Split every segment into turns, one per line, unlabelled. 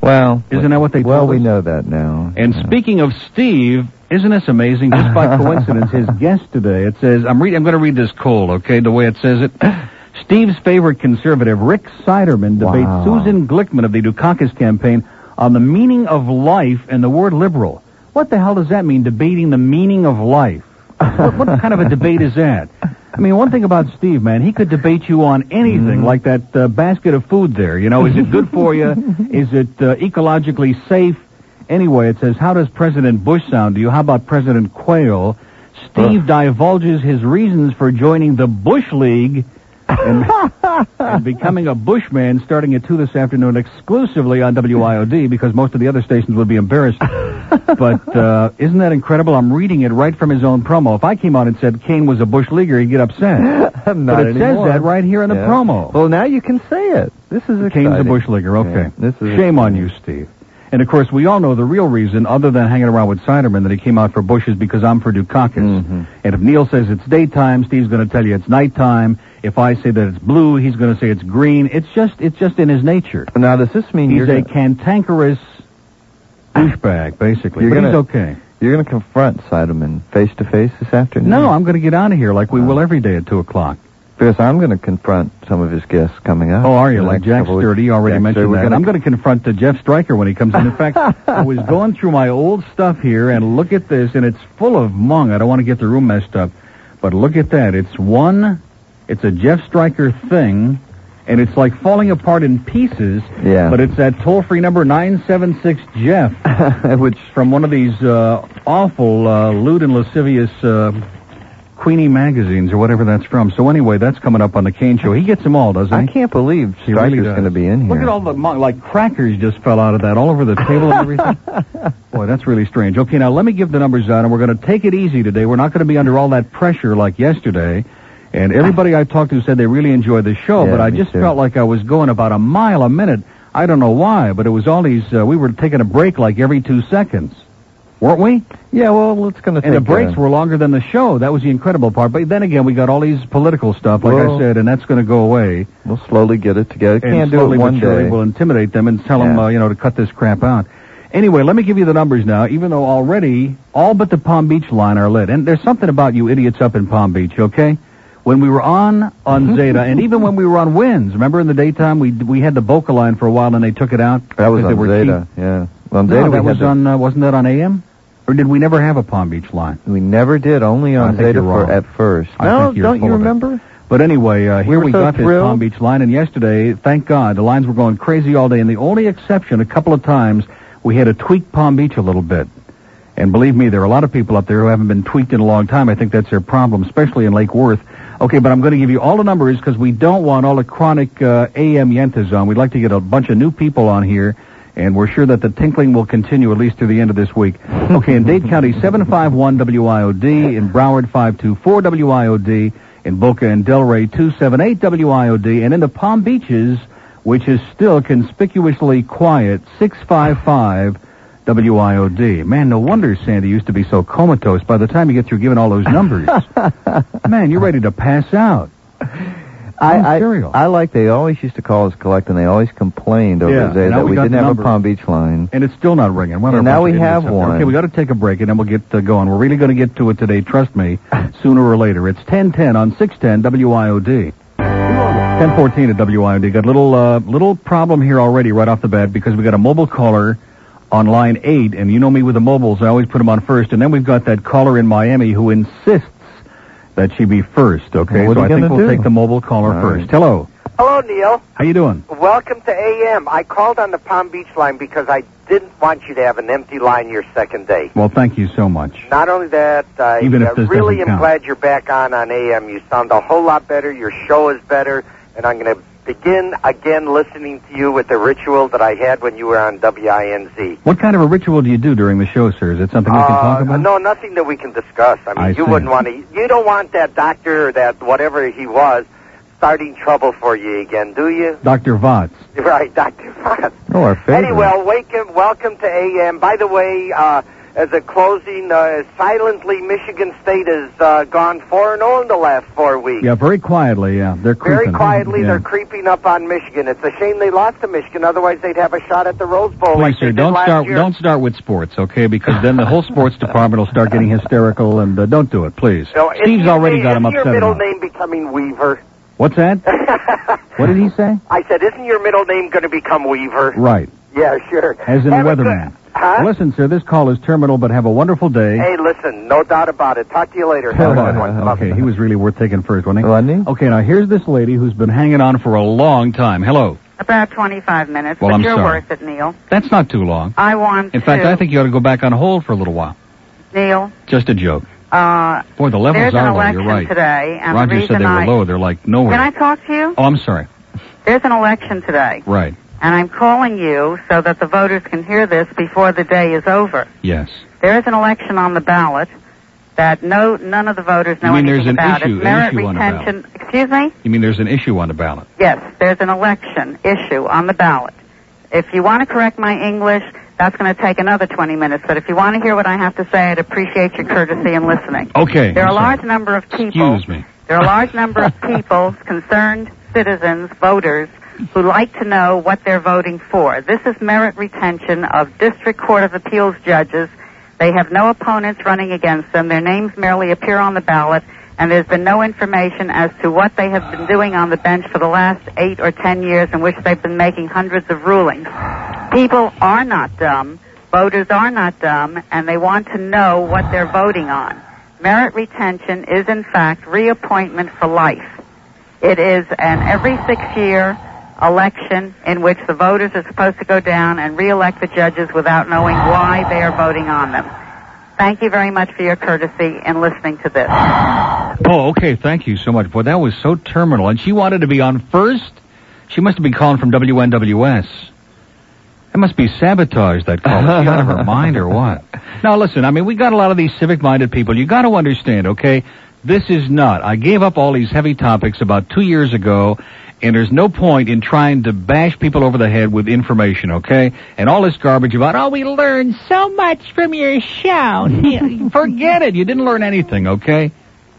Well,
Isn't that what they
well,
told
we
us?
know that now.
And speaking of Steve, isn't this amazing? Just by coincidence, his guest today, it says, I'm, read, I'm going to read this cold, okay, the way it says it. Steve's favorite conservative, Rick Siderman, debates
Wow.
Susan Glickman of the Dukakis campaign on the meaning of life and the word liberal. What the hell does that mean, debating the meaning of life? What, what kind of a debate is that? I mean, one thing about Steve, man, he could debate you on
Mm-hmm.
anything, like that uh, basket of food there. You know, is it good for you? Is it uh, ecologically safe? Anyway, it says, how does President Bush sound to you? How about President Quayle? Steve divulges his reasons for joining the Bush League and, and becoming a Bushman starting at 2 this afternoon exclusively on WIOD because most of the other stations would be embarrassed. but uh, isn't that incredible? I'm reading it right from his own promo. If I came out and said Kane was a Bush leaguer, he'd get upset.
Not
but it
anymore.
says that right here in the
Yeah.
promo.
Well, now you can say it. This is exciting.
Kane's a Bush leaguer. Okay.
Yeah, this is
Shame on you, Steve. And of course, we all know the real reason, other than hanging around with Siderman, that he came out for Bush is because I'm for Dukakis.
Mhm.
And if Neil says it's daytime, Steve's going to tell you it's nighttime. If I say that it's blue, he's going to say it's green. It's just, it's just in his nature.
Now, does this mean
He's
you're
a
gonna,
cantankerous douchebag, basically.
You're
but
gonna-
he's okay.
you're going to confront Sideman face to face this afternoon? Oh.
No, I'm going to get out of here like we will every day at two o'clock.
because I'm going to confront some of his guests coming up.
Oh, are you?
in the
Like
next
Jack
couple weeks.
Sturdy already
Jack
mentioned
Sturdy,
that.
We're
And I'm
gonna,
going to confront the Jeff Stryker when he comes in. In fact, I was going through my old stuff here, and look at this, and it's full of mung. I don't want to get the room messed up, but look at that. It's one, it's a Jeff Stryker thing, and it's like falling apart in pieces.
Yeah.
But it's that toll-free number 976-JEFF
which
from one of these uh, awful, uh, lewd and lascivious uh, Queenie magazines or whatever that's from. So anyway, that's coming up on the Kane Show. He gets them all, doesn't
I
he?
can't believe
He
Stryker's
really does.
going to be in here.
Look at all the mo- like crackers just fell out of that all over the table and everything. Boy, that's really strange. Okay, now let me give the numbers out, and we're going to take it easy today. We're not going to be under all that pressure like yesterday. And everybody I talked to said they really enjoyed the show,
Yeah,
but I
me
just
too.
felt like I was going about a mile a minute. I don't know why, but it was all these. Uh, we were taking a break like every two seconds, weren't we?
Yeah, well, it's going to
And the breaks
uh,
were longer than the show. That was the incredible part. But then again, we got all these political stuff, like I
Well-
said, and that's going to go away
We'll slowly get it together.
and
Can't do
slowly
it
but
one
surely
day.
We'll intimidate them and tell them,
Yeah.
uh, you know, to cut this crap out. Anyway, let me give you the numbers now, even though already all but the Palm Beach line are lit. And there's something about you idiots up in Palm Beach, okay? When we were on on Zeta, and even when we were on Winds, remember in the daytime we we had the Boca line for a while, and they took it out.
that was
because they
on
were
Zeta.
cheap.
Yeah, on
No,
Zeta we
that
had
was
the-
on uh, wasn't that on AM? Or did we never have a Palm Beach line?
We never did. Only
I
on
think
Zeta
you're
for
wrong.
at first.
I
no,
think you're
don't
full
you
of it.
remember?
But anyway, uh, here
were
we,
so
got this
thrilled.
Palm Beach line, and yesterday, thank God, the lines were going crazy all day. And the only exception, a couple of times, we had to tweak Palm Beach a little bit. And believe me, there are a lot of people up there who haven't been tweaked in a long time. I think that's their problem, especially in Lake Worth. Okay, but I'm going to give you all the numbers because we don't want all the chronic uh, AM yentas on. We'd like to get a bunch of new people on here, and we're sure that the tinkling will continue at least through the end of this week. Okay, in Dade County, 751 WIOD, in Broward, 524 WIOD, in Boca and Delray, 278 WIOD, and in the Palm Beaches, which is still conspicuously quiet, 655 WIOD. Man, no wonder Sandy used to be so comatose. By the time you get through giving all those numbers, man, you're ready to pass out.
I,
cereal.
I I like they always used to call us collect and they always complained over
Yeah,
Zeta
now
that
we
we
got
didn't
the
have
number.
a Palm Beach line.
And it's still not ringing. What a
And now
bunch
we
of idiots
have
out there.
one.
Okay, we got to take a break and then we'll get uh, going. We're really going to get to it today. Trust me, sooner or later. It's 1010 on 610 WIOD. 1014 at WIOD. Got a little, uh, little problem here already right off the bat because we got a mobile caller on line 8, and you know me with the mobiles, I always put them on first, and then we've got that caller in Miami who insists that she be first, okay?
What
so
are you
I think
gonna
we'll
do?
take the mobile caller
All
first.
right.
Hello.
Hello, Neil.
How you doing?
Welcome to AM. I called on the Palm Beach line because I didn't want you to have an empty line your second day.
Well, thank you so much.
Not only that, I
Even if
uh,
this
really
doesn't
am
count.
glad you're back on on AM. You sound a whole lot better. Your show is better, and I'm going to begin again listening to you with the ritual that I had when you were on WINZ.
What kind of a ritual do you do during the show, sir? Is it something we can talk
Uh,
about?
No, nothing that we can discuss. I mean,
I
you
see.
wouldn't want to. You don't want that doctor or that whatever he was starting trouble for you again, do you?
Dr. Votz.
Right, Doctor Fox.
Oh, our favorite.
Anyway, welcome, welcome to AM. By the way, uh, as a closing, uh, silently, Michigan State has uh, gone 4 and 0 in the last four weeks.
Yeah, very quietly. Yeah, they're creeping.
Very quietly,
Yeah.
they're creeping up on Michigan. It's a shame they lost to Michigan. Otherwise, they'd have a shot at the Rose Bowl. like
Please, sir,
they did
don't
last
start.
year.
Don't start with sports, okay? Because then the whole sports department will start getting hysterical, and uh, don't do it, please.
So is
Steve's
your
already
name-
got him
is your
upset.
middle
enough.
name becoming Weaver?
What's that? What did he say?
I said, isn't your middle name going to become Weaver?
Right,
Yeah, sure.
as in
Have a
weatherman. eh?
good- huh?
Listen, sir, this call is terminal, but have a wonderful day.
Hey, listen, no doubt about it. Talk to you later. Have a good one.
uh, okay, he was really worth taking first, wasn't he?
Rodney?
Okay, now here's this lady who's been hanging on for a long time. Hello.
About 25 minutes,
Well,
but
I'm
you're
sorry.
worth it, Neil.
That's not too long.
I want
In fact,
to,
I think you ought to go back on hold for a little while.
Neil,
Just a joke.
uh,
Boy, the
there's
levels
an
are low.
election
You're right.
today, and the
Roger
reason
said they
I
were low. They're like nowhere.
can I talk to you?
Oh, I'm sorry.
There's an election today,
Right.
and I'm calling you so that the voters can hear this before the day is over.
Yes.
There is an election on the ballot that no none of the voters know
You mean there's
anything
an
about.
issue-
it's merit
issue on the
retention. Excuse me.
You mean there's an issue on the ballot?
Yes, there's an election issue on the ballot. If you want to correct my English, that's going to take another 20 minutes. But if you want to hear what I have to say, I'd appreciate your courtesy in listening.
Okay.
There are
I'm
a large
sorry.
number of people.
Excuse me.
There are a large number of people, concerned citizens, voters, who like to know what they're voting for. This is merit retention of District Court of Appeals judges. They have no opponents running against them. Their names merely appear on the ballot, and there's been no information as to what they have been doing on the bench for the last eight or ten years in which they've been making hundreds of rulings. People are not dumb. Voters are not dumb, and they want to know what they're voting on. Merit retention is, in fact, reappointment for life. It is an every six year election in which the voters are supposed to go down and reelect the judges without knowing why they are voting on them. Thank you very much for your courtesy in listening to this.
Oh, okay. Thank you so much. Boy, that was so terminal. And she wanted to be on first? She must have been calling from WNWS. That must be sabotage, that call. Is she out of her mind or what? Now, listen, I mean, we got a lot of these civic-minded people. You got to understand, okay? This is not. I gave up all these heavy topics about two years ago, and there's no point in trying to bash people over the head with information, okay? And all this garbage about, oh, we learned so much from your show. Forget it. You didn't learn anything, okay?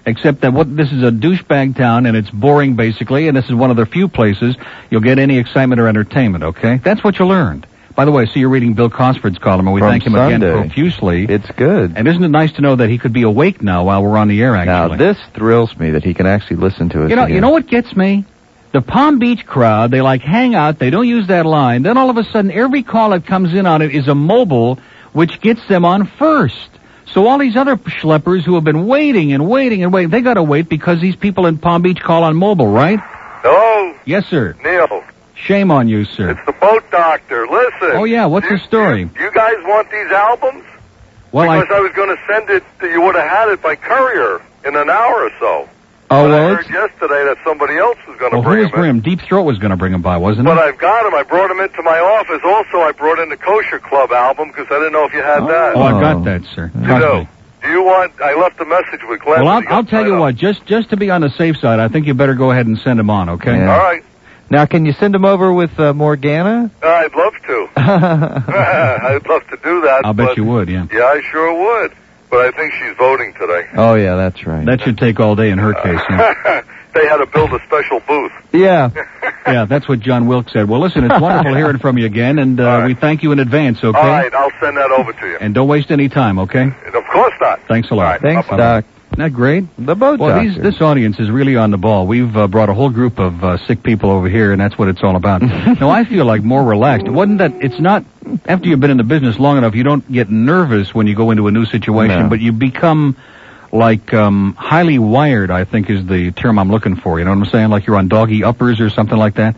Except that what this is a douchebag town and it's boring basically, and this is one of the few places you'll get any excitement or entertainment. Okay, that's what you learned. By the way, so you're reading Bill Cosford's column, and we
From
thank him
Sunday.
again profusely.
It's good.
and isn't it nice to know that he could be awake now while we're on the air?
now
Actually,
this thrills me that he can actually listen to us.
you know,
again.
you know what gets me? The Palm Beach crowd, they like hang out, they don't use that line. Then all of a sudden, every call that comes in on it is a mobile, which gets them on first. So all these other schleppers who have been waiting and waiting and waiting, they gotta wait because these people in Palm Beach call on mobile, right?
Hello,
Yes, sir.
Neil.
Shame on you, sir.
It's the boat doctor. Listen.
Oh yeah, what's
You-
the story?
You, you guys want these albums?
Well, I,
because I, was going to send it. To, you would have had it by courier in an hour or so.
oh,
but I
well,
heard
it's,
yesterday that somebody else was going to
well, who
bring
was
them. in.
Brim? Deep Throat was gonna bring him by, wasn't
But
it?
I've got them. I brought them into my office. Also, I brought in the Kosher Club album because I didn't know if you had that.
oh, I've
Oh.
got that, sir.
you
Trust
know.
me.
Do you want? I left a message with
Well,
Glenn. but
I'll,
he got
I'll tell you
tied up.
what. Just just to be on the safe side, I think you better go ahead and send him on. Okay.
Yeah.
All right,
Now, can you send him over with uh, Morgana? Oh,
I'd love to. I'd love to do that.
I'll bet
but-
you would. Yeah.
Yeah, I sure would. But I think she's voting today.
oh yeah, that's right.
That should take all day in her case. Yeah,
they had to build a special booth.
yeah.
yeah that's what John Wilkes said. Well, listen, it's wonderful hearing from you again, and uh,
All right.
we thank you in advance. Okay.
All right, I'll send that over to you.
And don't waste any time. Okay.
And of course not.
Thanks a lot.
All right.
Thanks,
Bye-bye.
Doc.
Isn't that great?
The boat
Well,
doctor.
these, this audience is really on the ball. We've uh, brought a whole group of uh, sick people over here, and that's what it's all about. now, I feel like more relaxed. Wasn't that? It's not after you've been in the business long enough, you don't get nervous when you go into a new situation,
No.
but you become like um, highly wired. I think is the term I'm looking for. You know what I'm saying? Like you're on doggy uppers or something like that.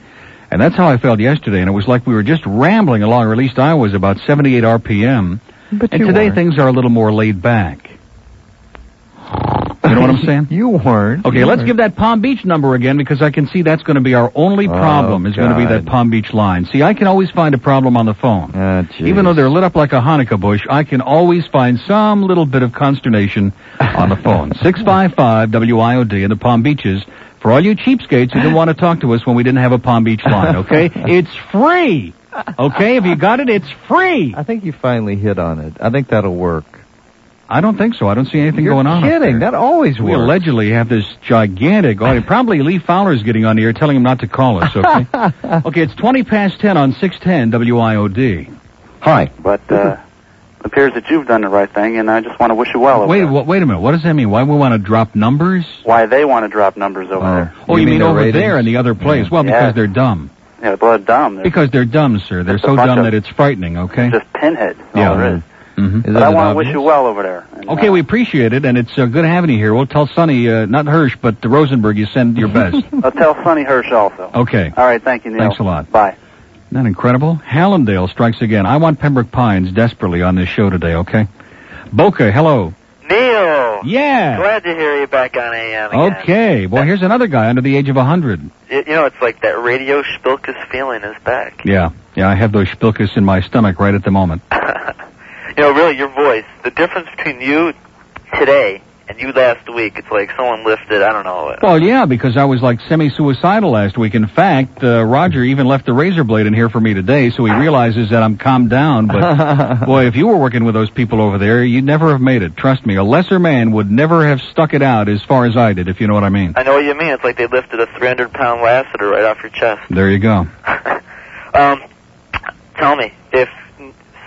And that's how I felt yesterday, and it was like we were just rambling along, or at least I was, about 78 RPM.
but
And
you
today
weren't.
things are a little more laid back. You know what I'm saying?
you weren't.
Okay,
You
let's
weren't.
give that Palm Beach number again because I can see that's going to be our only
Oh,
problem is going to be that
God.
Palm Beach line. See, I can always find a problem on the phone.
Ah, jeez.
Even though they're lit up like a Hanukkah bush, I can always find some little bit of consternation on the phone. 655 WIOD in the Palm Beaches. For all you cheapskates who didn't want to talk to us when we didn't have a Palm Beach line, okay? It's free! Okay, if you got it, it's free.
I think you finally hit on it. I think that'll work.
I don't think so. I don't see anything
You're
going on. up
kidding.
there.
That always
We
works.
allegedly have this gigantic audience. Probably Lee Fowler's getting on the air telling him not to call us, okay? okay, it's 20 past 10 on 610 WIOD.
Hi. But uh, it appears that you've done the right thing, and I just want to wish you well. Over
wait,
there.
wha- wait a minute. What does that mean? Why we want to drop numbers?
Why they want to drop numbers over
Oh.
there?
Oh, you, mean,
the
over
ratings?
there in the other place? Well,
Yeah.
because they're dumb.
Yeah, they're dumb. They're
Because they're dumb, sir. They're
Just a
so
bunch
dumb
of-
that it's frightening, okay?
just pinheads. is
Yeah.
All there is.
hmm
Is
But I
it
want to
obvious?
wish you well over there. And,
Okay,
uh,
we appreciate it, and it's uh, good having you here. We'll tell Sonny, uh, not Hirsch, but uh, Rosenberg, you send your best.
uh, I'll tell Sonny Hirsch also.
okay.
All right. Thank you, Neil.
Thanks a lot.
Bye.
Isn't that incredible? Hallandale strikes again. I want Pembroke Pines desperately on this show today, okay? Boca, hello.
Neil,
Yeah.
glad to hear you back on AM. Again.
Okay. Well, here's another guy under the age of a 100.
You, you know, it's like that radio spilkus feeling is back.
Yeah. Yeah, I have those spilkas in my stomach right at the moment.
you know, really, your voice, the difference between you today and you last week, it's like someone lifted, I don't know,
Well, yeah, because I was like semi-suicidal last week. In fact, uh, Roger even left the razor blade in here for me today, so he realizes that I'm calmed down, but Boy, if you were working with those people over there, you'd never have made it. Trust me, a lesser man would never have stuck it out as far as I did, if you know what I mean.
I know what you mean. It's like they lifted a 300 pound lassiter right off your chest.
There you go.
um, tell me, if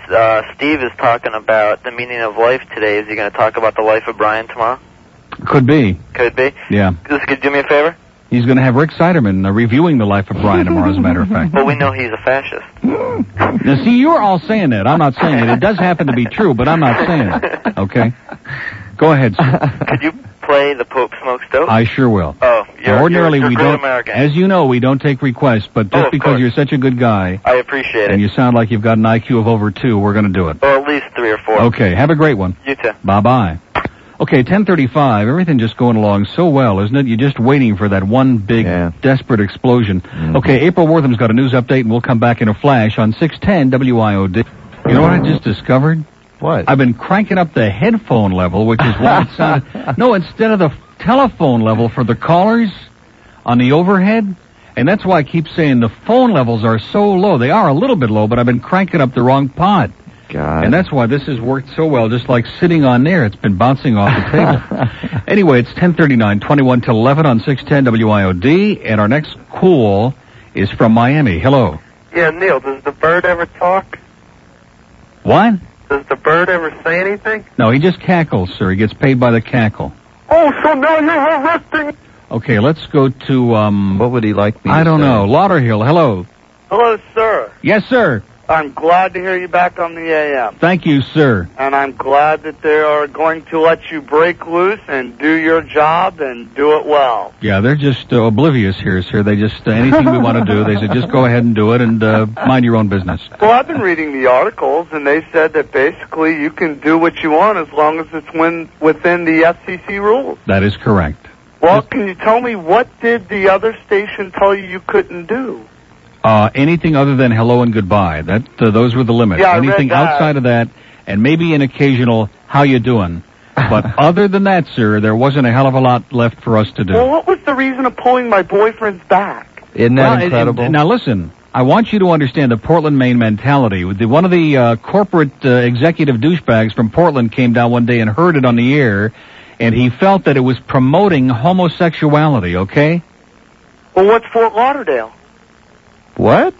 uh, Steve is talking about the meaning of life today, is he going to talk about the life of Brian tomorrow?
Could be.
Could be.
Yeah.
This could do me a favor?
He's going to have Rick Siderman uh, reviewing the life of Brian tomorrow, as a matter of fact.
Well, we know he's a fascist.
Now, see, you're all saying that. I'm not saying it. It does happen to be true, but I'm not saying it. Okay? Go ahead, sir.
Could you play the Pope Smokes Dope?
I sure will.
oh, you're,
Now, Uh, ordinarily
you're, you're
we
great
don't,
American.
as you know, we don't take requests, but
Oh,
just
of
because
course.
you're such a good guy
I appreciate
and
it. Oh,
you sound like you've got an IQ of over two, we're going to do it.
Or at least three or four.
Okay, have a great one.
You too.
Bye bye. Okay, 10:35. Everything just going along so well, isn't it? You're just waiting for that one big
Yeah. Mm-hmm.
desperate explosion. Okay, April Wortham's got a news update, and we'll come back in a flash on 610 WIOD. You know what I just discovered?
what?
I've been cranking up the headphone level, which is why it sounded. No, instead of the telephone level for the callers on the overhead. And that's why I keep saying the phone levels are so low. They are a little bit low, but I've been cranking up the wrong pod.
God.
And that's why this has worked so well, just like sitting on there. It's been bouncing off the table. anyway, it's 1039, 21 to 11 on 610 WIOD, and our next call is from Miami. Hello.
Yeah, Neil, does the bird ever talk?
What?
Does the bird ever say anything?
No, he just cackles, sir. He gets paid by the cackle.
Oh, so now you're arresting.
Okay, let's go to, um,
what would he like me
I
to
don't
say?
know, Lauderhill. Hello.
Hello, sir.
Yes, sir.
I'm glad to hear you back on the AM,
Thank you, sir.
and I'm glad that they are going to let you break loose and do your job and do it well.
Yeah, they're just uh, oblivious here, sir. They just, uh, anything we want to do, they say, just go ahead and do it and uh, mind your own business.
Well, I've been reading the articles, and they said that basically you can do what you want as long as it's win- within the FCC rules.
That is correct.
Well, can you tell me what did the other station tell you you couldn't do?
Uh, anything other than hello and goodbye. That uh, those were the limits.
Yeah, I read
anything
that.
outside of that, and maybe an occasional "How you doing?" But other than that, sir, there wasn't a hell of a lot left for us to do.
Well, what was the reason of pulling my boyfriend's back?
Isn't that
Well, and-
incredible?
and- now listen, I want you to understand the Portland, Maine mentality. The, one of the uh, corporate uh, executive douchebags from Portland came down one day and heard it on the air, and he felt that it was promoting homosexuality. Okay.
Well, what's Fort Lauderdale?
what?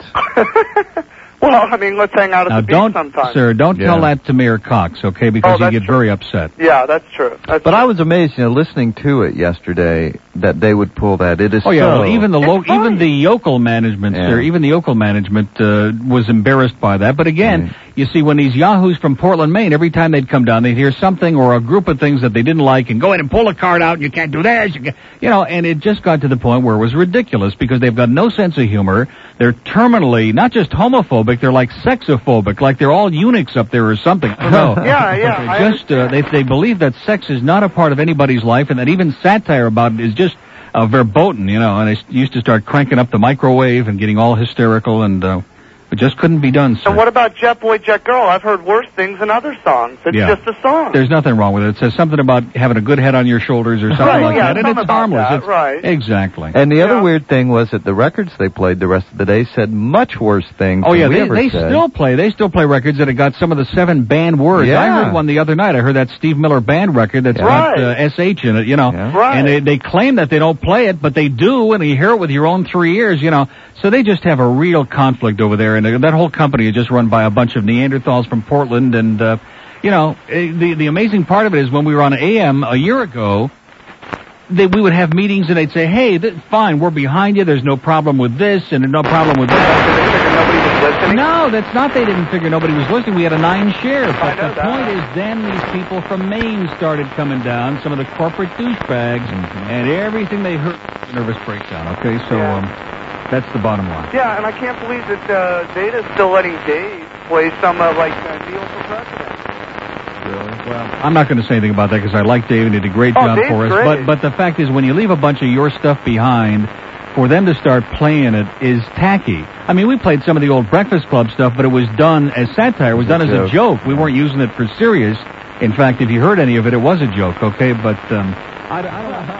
well, I mean, let's hang out at
Now
the
don't,
beach sometime.
sir, don't tell
Yeah.
that to Mayor Cox, okay? Because
Oh, that's
he get
true.
very upset.
Yeah, that's true. That's
But
true.
I was amazed, you know, listening to it yesterday that they would pull that. It is
Oh yeah,
so
well, even the lo-
It's fine.
even the yokel management,
Yeah.
sir, even the yokel management uh, was embarrassed by that. But again, you see, when these yahoos from Portland, Maine, every time they'd come down, they'd hear something or a group of things that they didn't like, and go in and pull a card out. You can't do this, you, can you know. And it just got to the point where it was ridiculous because they've got no sense of humor. They're terminally not just homophobic; they're like sexophobic, like they're all eunuchs up there or something. I don't know.
Yeah, yeah. I
They just uh, they they believe that sex is not a part of anybody's life, and that even satire about it is just uh, verboten, you know. And I s- used to start cranking up the microwave and getting all hysterical, and uh, It just couldn't be done, sir.
And what about Jet Boy, Jet Girl? I've heard worse things in other songs. It's
Yeah.
just a song.
There's nothing wrong with it. It says something about having a good head on your shoulders or something
Right,
like
yeah,
that, and it's
something about
harmless.
that,
It's-
right.
Exactly.
And the other weird thing was that the records they played the rest of the day said much worse things
Oh
than
yeah,
we
they,
ever
they
said.
still play. They still play records that have got some of the seven banned words.
Yeah.
I heard one the other night. I heard that Steve Miller band record that's got uh, sh in it. You know,
Right.
And they they claim that they don't play it, but they do, and you hear it with your own three ears. You know, so they just have a real conflict over there, and uh, that whole company is just run by a bunch of Neanderthals from Portland. And uh, you know, eh, the the amazing part of it is when we were on AM a year ago they, we would have meetings and they'd say, hey, th- fine, we're behind you. There's no problem with this and no problem with that. No, that's not they didn't figure nobody was listening. We had a nine share. But the point is then these people from Maine started coming down, some of the corporate douchebags, and everything they heard was a nervous breakdown. Okay, so um, that's the bottom line.
Yeah, and I can't believe that uh, Data's still letting Dave play some uh, like uh, Neil for President.
I'm not going to say anything about that because I like Dave and he did a great
Oh,
job
Dave's
for us.
great.
But but the fact is, when you leave a bunch of your stuff behind, for them to start playing it is tacky. I mean, we played some of the old Breakfast Club stuff, but it was done as satire. It was done as a joke. We weren't using it for serious. In fact, if you heard any of it, it was a joke. Okay, but. Um, I, I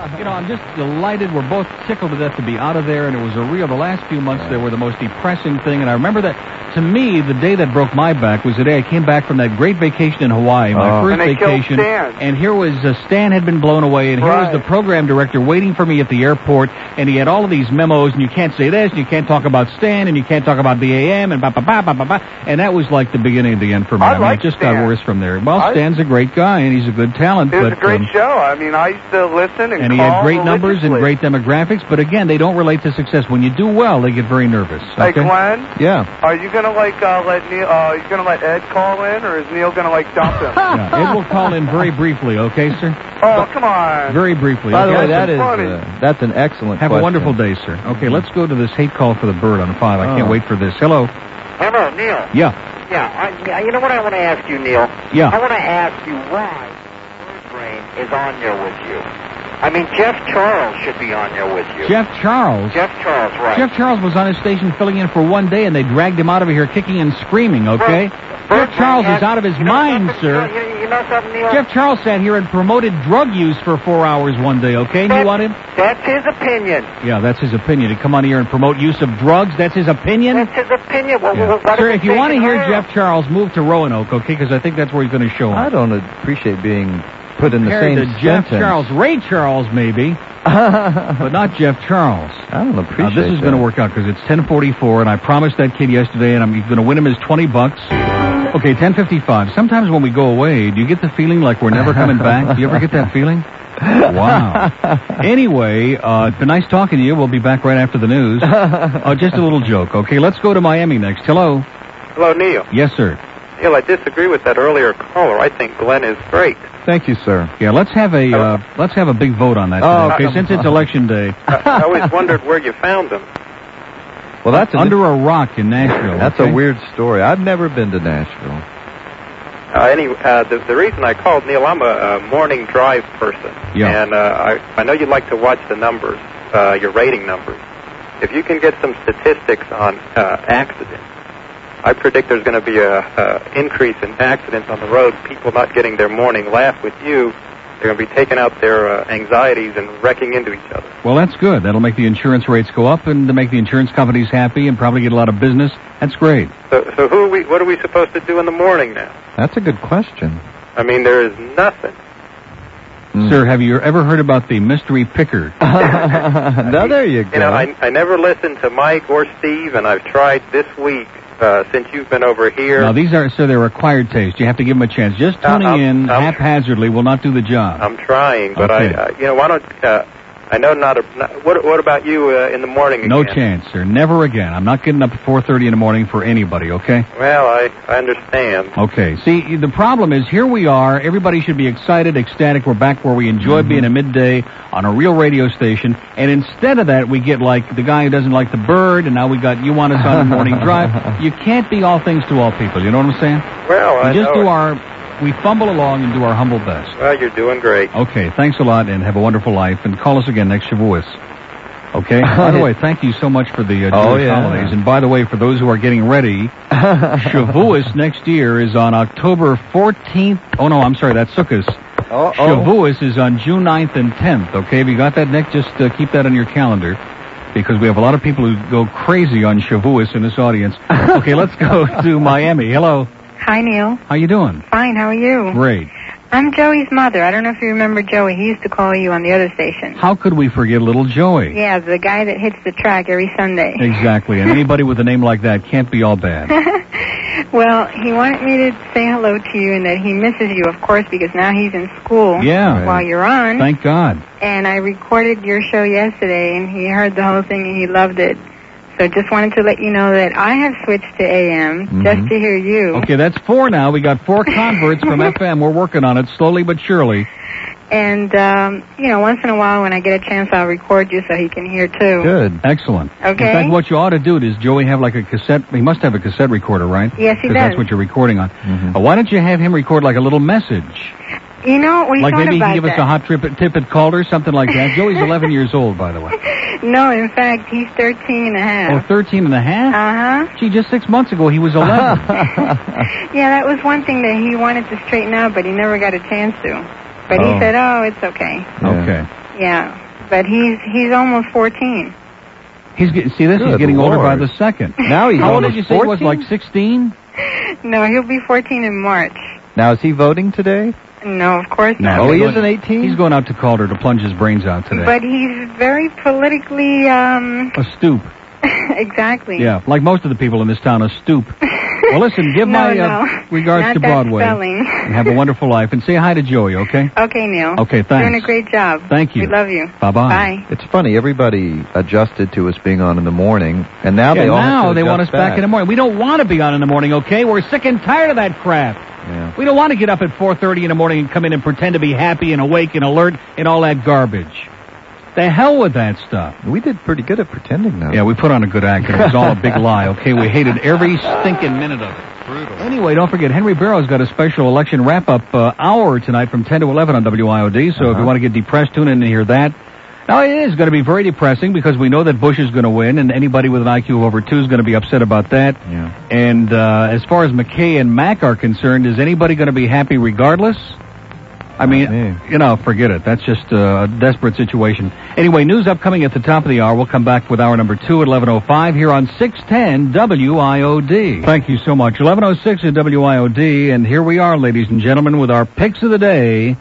don't, you know, I'm just delighted. We're both tickled to death to be out of there, and it was a real. The last few months there were the most depressing thing, and I remember that. To me, the day that broke my back was the day I came back from that great vacation in Hawaii, my
Oh.
first
And they killed
vacation,
Stan.
and here was uh, Stan had been blown away, and here was the program director waiting for me at the airport, and he had all of these memos, and you can't say this, and you can't talk about Stan, and you can't talk about the AM, and ba ba ba ba ba ba, and that was like the beginning of the end for me. I, mean, it just got worse from there. Well,
I-
Stan's a great guy, and he's a good talent,
It was
but
a great
um,
show. I mean, I used to listen and,
and he
call
had great numbers and
religiously.
great demographics, but again, they don't relate to success. When you do well, they get very nervous.
Hey,
okay?
Glenn?
Yeah.
Are you gonna like uh, let Neil? Uh, are you gonna let Ed call in, or is Neil gonna like dump him?
yeah. Ed will call in very briefly, okay, sir?
Oh, come on.
Very briefly.
By the
okay?
way, that is uh, that's an excellent.
Have a
question.
wonderful day, sir. Okay, let's go to this hate call for the bird on five. I can't
Oh.
wait for this. Hello.
Hello, Neil.
Yeah.
Yeah, I, yeah, you know what I want to ask you, Neil?
Yeah.
I want to ask you why Bird Brain is on there with you. I mean, Jeff Charles should be on there with you.
Jeff Charles.
Jeff Charles, right.
Jeff Charles was on his station filling in for one day, and they dragged him out of here kicking and screaming, okay?
Bird
Jeff Charles
Brain
is out of his
has- you know
mind,
something,
sir.
You know, you know something, Neil?
Jeff Charles sat here and promoted drug use for four hours one day, okay? And you want him?
That's his opinion.
Yeah, that's his opinion. To come on here and promote use of drugs, that's his opinion?
That's his opinion. Well,
Yeah.
well, why
Sir,
does
if
it
you
take
want to
it
hear
around?
Jeff Charles, move to Roanoke, okay? Because I think that's where he's going to show up.
I don't appreciate being put in the
Compared
same
to Jeff
sentence.
Charles, Ray Charles, maybe, but not Jeff Charles.
I don't appreciate.
now, this is going to
that.
work out because it's 10:44, and I promised that kid yesterday, and I'm going to win him his 20 bucks. Okay, 10:55. Sometimes when we go away, do you get the feeling like we're never coming back? Do you ever get that feeling? Wow. Anyway, uh, it's been nice talking to you. We'll be back right after the news. Uh, just a little joke. Okay, let's go to Miami next. Hello.
Hello, Neil.
Yes, sir.
Neil, I disagree with that earlier caller. I think Glenn is great.
Thank you, sir. Yeah, let's have a uh, let's have a big vote on that.
Oh,
today,
come
okay, since it's
on.
election day.
I, I always wondered where you found him.
Well, that's an-
under a rock in Nashville.
That's a weird story. I've never been to Nashville.
Uh, any, uh, the, the reason I called, Neil, I'm a, a morning drive person.
Yeah.
And uh, I, I know you like to watch the numbers, uh, your rating numbers. If you can get some statistics on uh, accidents, I predict there's going to be a, a increase in accidents on the road. People not getting their morning laugh with you. They're going to be taking out their uh, anxieties and wrecking into each other.
Well, that's good. That'll make the insurance rates go up and to make the insurance companies happy and probably get a lot of business. That's great.
So, so who are we? What are we supposed to do in the morning now?
That's a good question. Hmm.
I mean, there is nothing.
Sir, have you ever heard about the mystery picker?
now there you go.
You know, I, I never listened to Mike or Steve, and I've tried this week uh, since you've been over here.
Now these are sir, they're acquired taste. You have to give them a chance. Just
Uh,
tuning
I'm-
in
I'm-
haphazardly will not do the job.
I'm trying, but
Okay.
I, uh, you know, why don't? Uh, I know not. A, not what, what about you uh, in the morning?
No
again?
chance, sir. Never again. I'm not getting up at 4:30 in the morning for anybody. Okay.
Well, I, I understand.
Okay. See, the problem is here we are. Everybody should be excited, ecstatic. We're back where we enjoy being
Mm-hmm.
at midday on a real radio station. And instead of that, we get like the guy who doesn't like the bird, and now we got you on us on the morning drive. You can't be all things to all people. You know what I'm saying?
Well, Oh, I
we just
know
do
it.
our, we fumble along and do our humble best.
Well, you're doing great.
Okay. Thanks a lot, and have a wonderful life. And call us again next Shavuos. Okay. By the way, thank you so much for the uh,
Oh,
Jewish
yeah.
holidays. And by the way, for those who are getting ready, Shavuos next year is on October 14th. Oh no, I'm sorry, that's Sukkot.
Oh,
Shavuos is on June 9th and 10th. Okay, if you got that, Nick, just uh, keep that on your calendar because we have a lot of people who go crazy on Shavuos in this audience. Okay, let's go to Miami. Hello,
Hi, Neil.
how you doing?
Fine, how are you?
Great.
I'm Joey's mother. I don't know if you remember Joey. He used to call you on the other station.
How could we forget little Joey?
Yeah, the guy that hits the track every Sunday.
Exactly, and anybody with a name like that can't be all bad.
well, he wanted me to say hello to you and that he misses you, of course, because now he's in school
Yeah.
while you're on.
Thank God.
and I recorded your show yesterday, and he heard the whole thing and he loved it. So just wanted to let you know that I have switched to AM just to hear you.
Mm-hmm. Okay, that's four now. We got four converts from FM. We're working on it slowly but surely.
And um, you know, once in a while, when I get a chance, I'll record you so he can hear too.
Good. Excellent.
Okay.
In fact, what you ought to do is Joey have like a cassette. He must have a cassette recorder, right?
Yes, he
'Cause
does.
That's what you're recording on.
Mm-hmm.
Uh, why don't you have him record like a little message?
You know, we
like
thought
maybe he
about
can give us
that.
a hot trip tip at Calder, something like that. Joey's 11 years old, by the way.
No, in fact, he's thirteen and a
Oh,
half.
13 and a half?
Uh huh.
Gee, just six months ago he was 11.
Yeah, that was one thing that he wanted to straighten out, but he never got a chance to. But
Oh.
he said, "Oh, it's okay."
Okay.
Yeah, but he's he's almost fourteen.
He's get, see this? he's
Good
getting older by
Lord.
the second.
Now he's
How old did
almost
you say he was?
14?
Like 16?
No, he'll be fourteen in March.
Now is he voting today?
No, of course not.
Oh,
No, Oh, he isn't 18.
He's going out to Calder to plunge his brains out today.
But he's very politically um
a stoop.
exactly.
Yeah, like most of the people in this town, a stoop. Well, listen, give
No,
my
no.
uh, regards
Not
to
that
Broadway
spelling.
and have a wonderful life. And say hi to Joey, okay?
Okay, Neil.
Okay,
You're Doing
thanks.
a great job.
Thank you.
We love you.
Bye-bye.
Bye.
It's funny. Everybody adjusted to us being on in the morning, and now
yeah,
they all
now they want us back. in the
morning.
morning. We don't want to be on in the morning, okay? We're sick and tired of that crap. We don't want to get up at 4:30 in the morning and come in and pretend to be happy and awake and alert and all that garbage. The hell with that stuff.
We did pretty good at pretending, though.
Uh, Yeah, we put on a good act. and It was all a big lie. Okay, we hated every stinking minute of it. Brutal. Anyway, don't forget Henry Barrow's got a special election wrap-up uh, hour tonight from 10 to 11 on WIOD. So if you want to get depressed, tune in and hear that. Now it is going to be very depressing because we know that Bush is going to win, and anybody with an IQ of over two is going to be upset about that.
Yeah.
And uh, as far as McKay and Mack are concerned, is anybody going to be happy regardless? I mean, you know, forget it. That's just uh, a desperate situation. Anyway, news upcoming at the top of the hour. We'll come back with hour number two at 11.05 here on 610 WIOD. Thank you so much. 11.06 at WIOD, and here we are, ladies and gentlemen, with our picks of the day.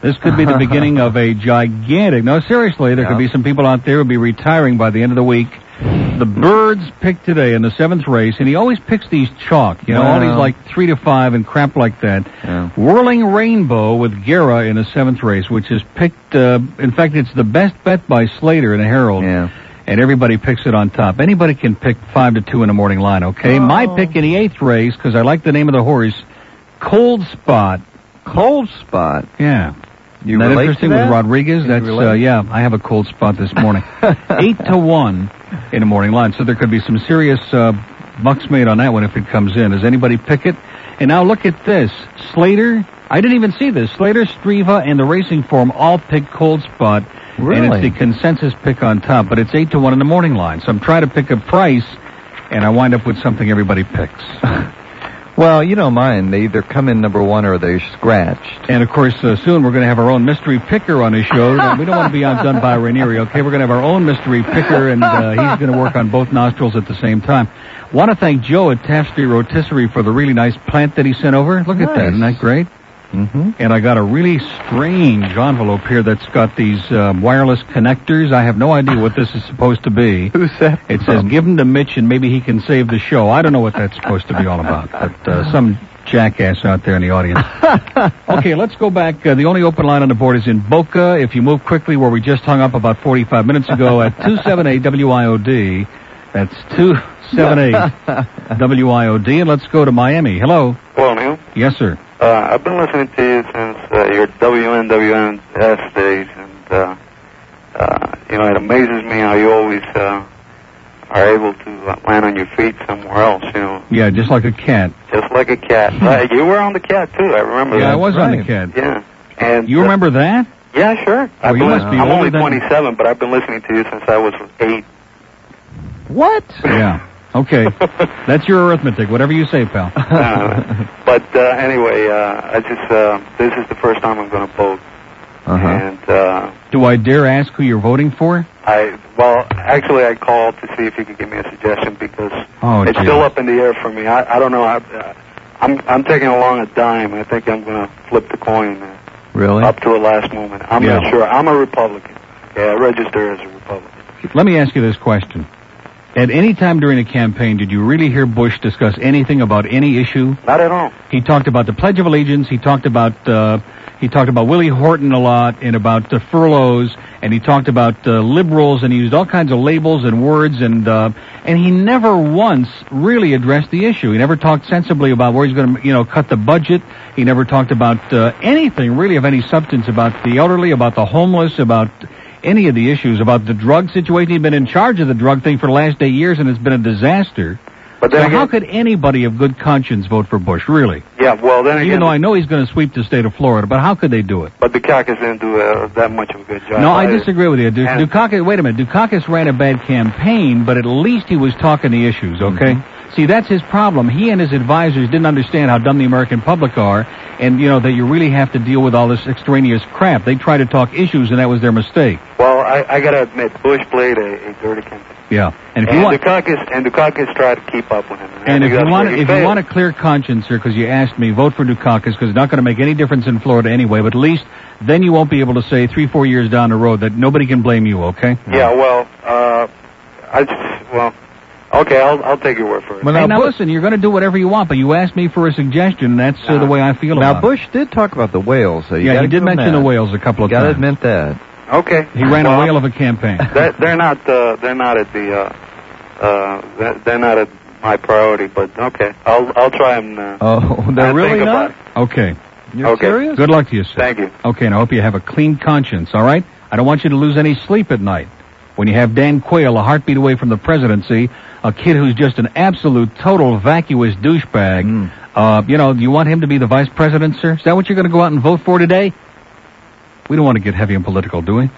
This could be the beginning of a gigantic. No, seriously, there could be some people out there who'll be retiring by the end of the week. The birds pick today in the seventh race, and he always picks these chalk, you know, all these
Well.
like three to five and crap like that. Whirling Rainbow with Guerra in the seventh race, which is picked. Uh, in fact, it's the best bet by Slater in the Herald. Yeah. And everybody picks it on top. Anybody can pick five to two in the morning line.
Oh.
Okay, my pick in the eighth race because I like the name of the horse, Cold Spot.
Cold Spot.
Yeah.
You
Isn't that
relate
interesting
to that?
with Rodriguez? That's uh,
relate?
yeah. I have a cold spot this morning. Eight to one in the morning line, so there could be some serious uh, bucks made on that one if it comes in. Does anybody pick it? And now look at this, Slater. I didn't even see this. Slater, Streva, and the Racing Form all pick cold spot, and it's
Really?
the consensus pick on top. But it's eight to one in the morning line, so I'm trying to pick a price, and I wind up with something everybody picks.
Well, you know mine. They either come in number one or they're scratched.
And of course, uh, soon we're going to have our own mystery picker on his show. we don't want to be outdone by Rainieri, okay? We're going to have our own mystery picker, and uh, he's going to work on both nostrils at the same time. Want to thank Joe at Taft Street Rotisserie for the really nice plant that he sent over. Look at that. Isn't that great? Mm-hmm. And I got a really strange envelope here that's got these um, wireless connectors. I have no idea what this is supposed to be. Who
said?
It says, give them to Mitch and maybe he can save the show. I don't know what that's supposed to be all about, but uh, some jackass out there in the audience. okay, let's go back. Uh, the only open line on the board is in Boca. If you move quickly, where we just hung up about 45 minutes ago at 278 WIOD. That's 278 WIOD. And let's go to Miami. Hello.
Hello, Neil.
Yes, sir.
Uh, I've been listening to you since uh, your WNWNS days, and uh, uh, you know it amazes me how you always uh, are able to uh, land on your feet somewhere else. You know,
Yeah, just like a cat.
just like a cat. uh, you were on the cat too. I remember.
Hmm. Yeah,
that.
I was on the cat.
Yeah, and uh,
You remember that?
Yeah, sure.
Well, you
been
must be
I'm
older
only
than-
27, but I've been listening to you since I was eight.
What? Yeah. Okay. That's your arithmetic. Whatever you say, pal.
Uh, but uh, anyway, uh, I just uh, this is the first time I'm going to vote,
Uh-huh.
and uh,
Do I dare ask who you're voting for?
I well, actually, I called to see if you could give me a suggestion because
Oh,
it's
gee.
still up in the air for me. I, I don't know. I, uh, I'm I'm taking along a dime. I think I'm going to flip the coin uh,
Really?
up to the last moment. I'm
Yeah.
not sure. I'm a Republican. Yeah, I register as a Republican.
Let me ask you this question. At any time during the campaign, did you really hear Bush discuss anything about any issue?
Not at all.
He talked about the Pledge of Allegiance. He talked about uh, he talked about Willie Horton a lot, and about the furloughs, and he talked about uh, liberals, and he used all kinds of labels and words, and uh, and he never once really addressed the issue. He never talked sensibly about where he's going to you know cut the budget. He never talked about uh, anything really of any substance about the elderly, about the homeless, about any of the issues about the drug situation. He's been in charge of the drug thing for the last eight years, and it's been a disaster.
But then
so
again-
how could anybody of good conscience vote for Bush? Really?
Yeah. Well, then again,
Even though I know he's going to sweep the state of Florida, but how could they do it?
but the caucus didn't do uh, that much of a good job.
No, I disagree with you. Du- Dukakis, wait a minute. Dukakis ran a bad campaign, but at least he was talking the issues, okay?
Mm-hmm.
See, that's his problem. He and his advisors didn't understand how dumb the American public are, and, you know, that you really have to deal with all this extraneous crap. They tried to talk issues, and that was their mistake.
Well, I, I got to admit, Bush played a, a dirty campaign.
Yeah. And if you want,
Dukakis and Dukakis tried to keep up with him. I
and
think
if you
that's
want,
where he
if you
failed.
want a clear conscience here, because you asked me, vote for Dukakis, because it's not going to make any difference in Florida anyway. But at least then you won't be able to say three, four years down the road that nobody can blame you. Okay?
Yeah, well, uh, I just, well, okay, I'll, I'll take your word for it.
Well, now, listen, you're going to do whatever you want, but you asked me for a suggestion, and that's uh, the way I feel
Now
about
Bush did talk about the whales. So
it.
you
Yeah,
gotta
he did
give him
mention
that.
the whales a couple
You
of
gotta
times.
admit that.
okay.
He ran a
Well,
whale of a campaign.
They're, they're not, uh, they're not at the, uh, uh, they're- they're not at my priority, but okay, I'll, I'll try and, uh,
Oh,
they're I really think about not?
Okay.
You're Okay. serious?
Good luck to you, sir.
Thank you.
Okay, and I hope you have a clean conscience, all right? I don't want you to lose any sleep at night. When you have Dan Quayle a heartbeat away from the presidency, a kid who's just an absolute, total, vacuous douchebag, uh, you know, do you want him to be the vice president, sir? Is that what you're going to go out and vote for today? We don't want to get heavy and political, do we?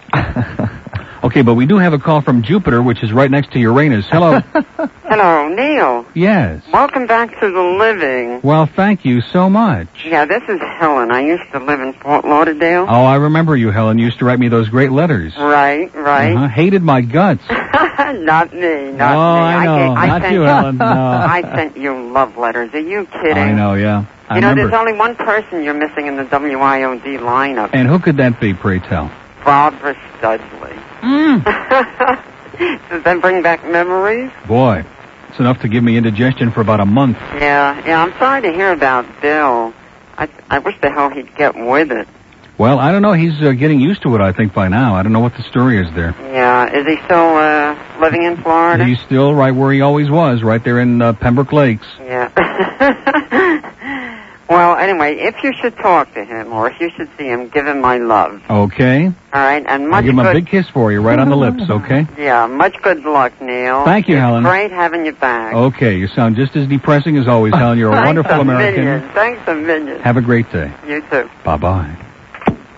okay, but we do have a call from Jupiter, which is right next to Uranus. Hello.
Hello, Neil.
yes.
Welcome back to the living.
Well, thank you so much.
Yeah, this is Helen. I used to live in Fort Lauderdale.
Oh, I remember you, Helen. You used to write me those great letters.
Right, right.
Uh-huh. Hated my guts.
not me, not
Oh,
me.
Uh-huh. I know.
I
Not
sent
you, Helen. No.
I sent you love letters. Are you kidding?
I know, yeah. I
you know,
remember.
there's only one person you're missing in the WIOD lineup.
And who could that be, pray tell?
Barbara Studley.
Mm.
Does that bring back memories?
Boy, it's enough to give me indigestion for about a month.
Yeah, yeah. I'm sorry to hear about Bill. I I wish the hell he'd get with it.
Well, I don't know. He's uh, getting used to it, I think, by now. I don't know what the story is there.
Yeah. Is he still uh, living in Florida?
He's still right where he always was, right there in uh, Pembroke Lakes.
Yeah. well, anyway, if you should talk to him or if you should see him, give him my love.
Okay?
All right, and
I'll
much
give him a
good.
big kiss for you, right on the lips, okay?
yeah, much good luck, Neil.
Thank you,
It's
Helen.
Great having you back.
Okay, you sound just as depressing as always, Helen. You're a
Thanks
wonderful
a
American.
Million. Thanks a million.
Have a great day.
You too.
Bye-bye.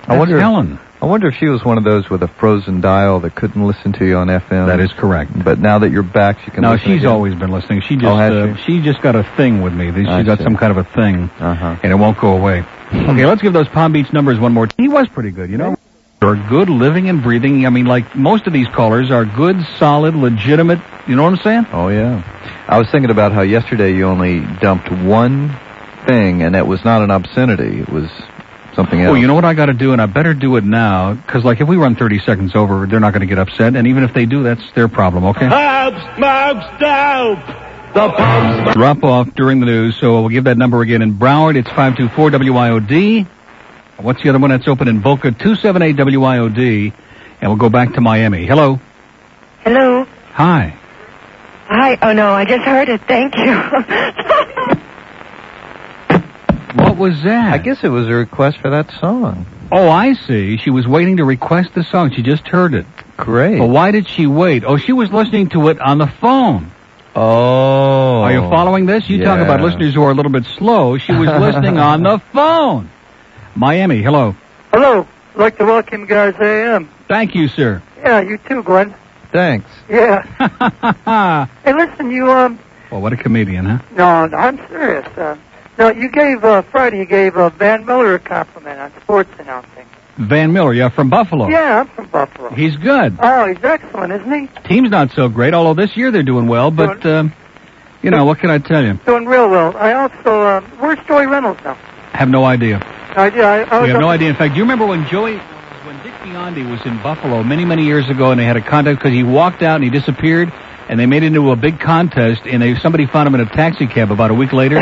I wonder
Helen.
I wonder if she was one of those with a frozen dial that couldn't listen to you on FM. That
is correct.
But now that you're back, she can.
No,
listen
she's
again.
always been listening. She just
Oh, has
uh, she? just got a thing with me. She's
I
got
see. Uh-huh.
some kind of a thing, and it won't go away. okay, let's give those Palm Beach numbers one more. He was pretty good, you know. Are good living and breathing. I mean, like most of these callers are good, solid, legitimate. You know what I'm saying?
Oh yeah. I was thinking about how yesterday you only dumped one thing, and that was not an obscenity. It was something else.
Well, Oh, you know what I got to do, and I better do it now, because like if we run 30 seconds over, they're not going to get upset, and even if they do, that's their problem. Okay. The pumps. Drop off during the news, so we'll give that number again in Broward. It's 524 WIOD. What's the other one that's open in Boca? 278 WIOD. And we'll go back to Miami. Hello.
Hello.
Hi.
Hi. Oh no, I just heard it. Thank you.
What was that?
I guess it was a request for that song.
Oh, I see. She was waiting to request the song. She just heard it.
Great.
But why did she wait? Oh, she was listening to it on the phone.
Oh.
Are you following this? You talk about
Yeah.
listeners who are a little bit slow. She was listening on the phone. Miami, hello.
Hello, like to welcome you guys to AM.
Thank you, sir.
Yeah, you too, Glenn.
Thanks.
Yeah. hey, listen, you um,
Well, what a comedian, huh?
no, I'm serious. Uh, no, you gave uh, Friday, you gave uh, Van Miller a compliment on sports announcing.
Van Miller, yeah, from Buffalo.
Yeah, I'm from Buffalo.
He's good.
Oh, he's excellent, isn't he?
Team's not so great, although this year they're doing well, but, um, you know, what can I tell you?
Doing real well. I also, um, where's Joey Reynolds now?
Have no idea.
I, yeah, I, I was
We have
up-
no idea. In fact, do you remember when Joey, when Dick Biondi was in Buffalo many, many years ago, and they had a contest because he walked out and he disappeared, and they made it into a big contest, and they somebody found him in a taxi cab about a week later.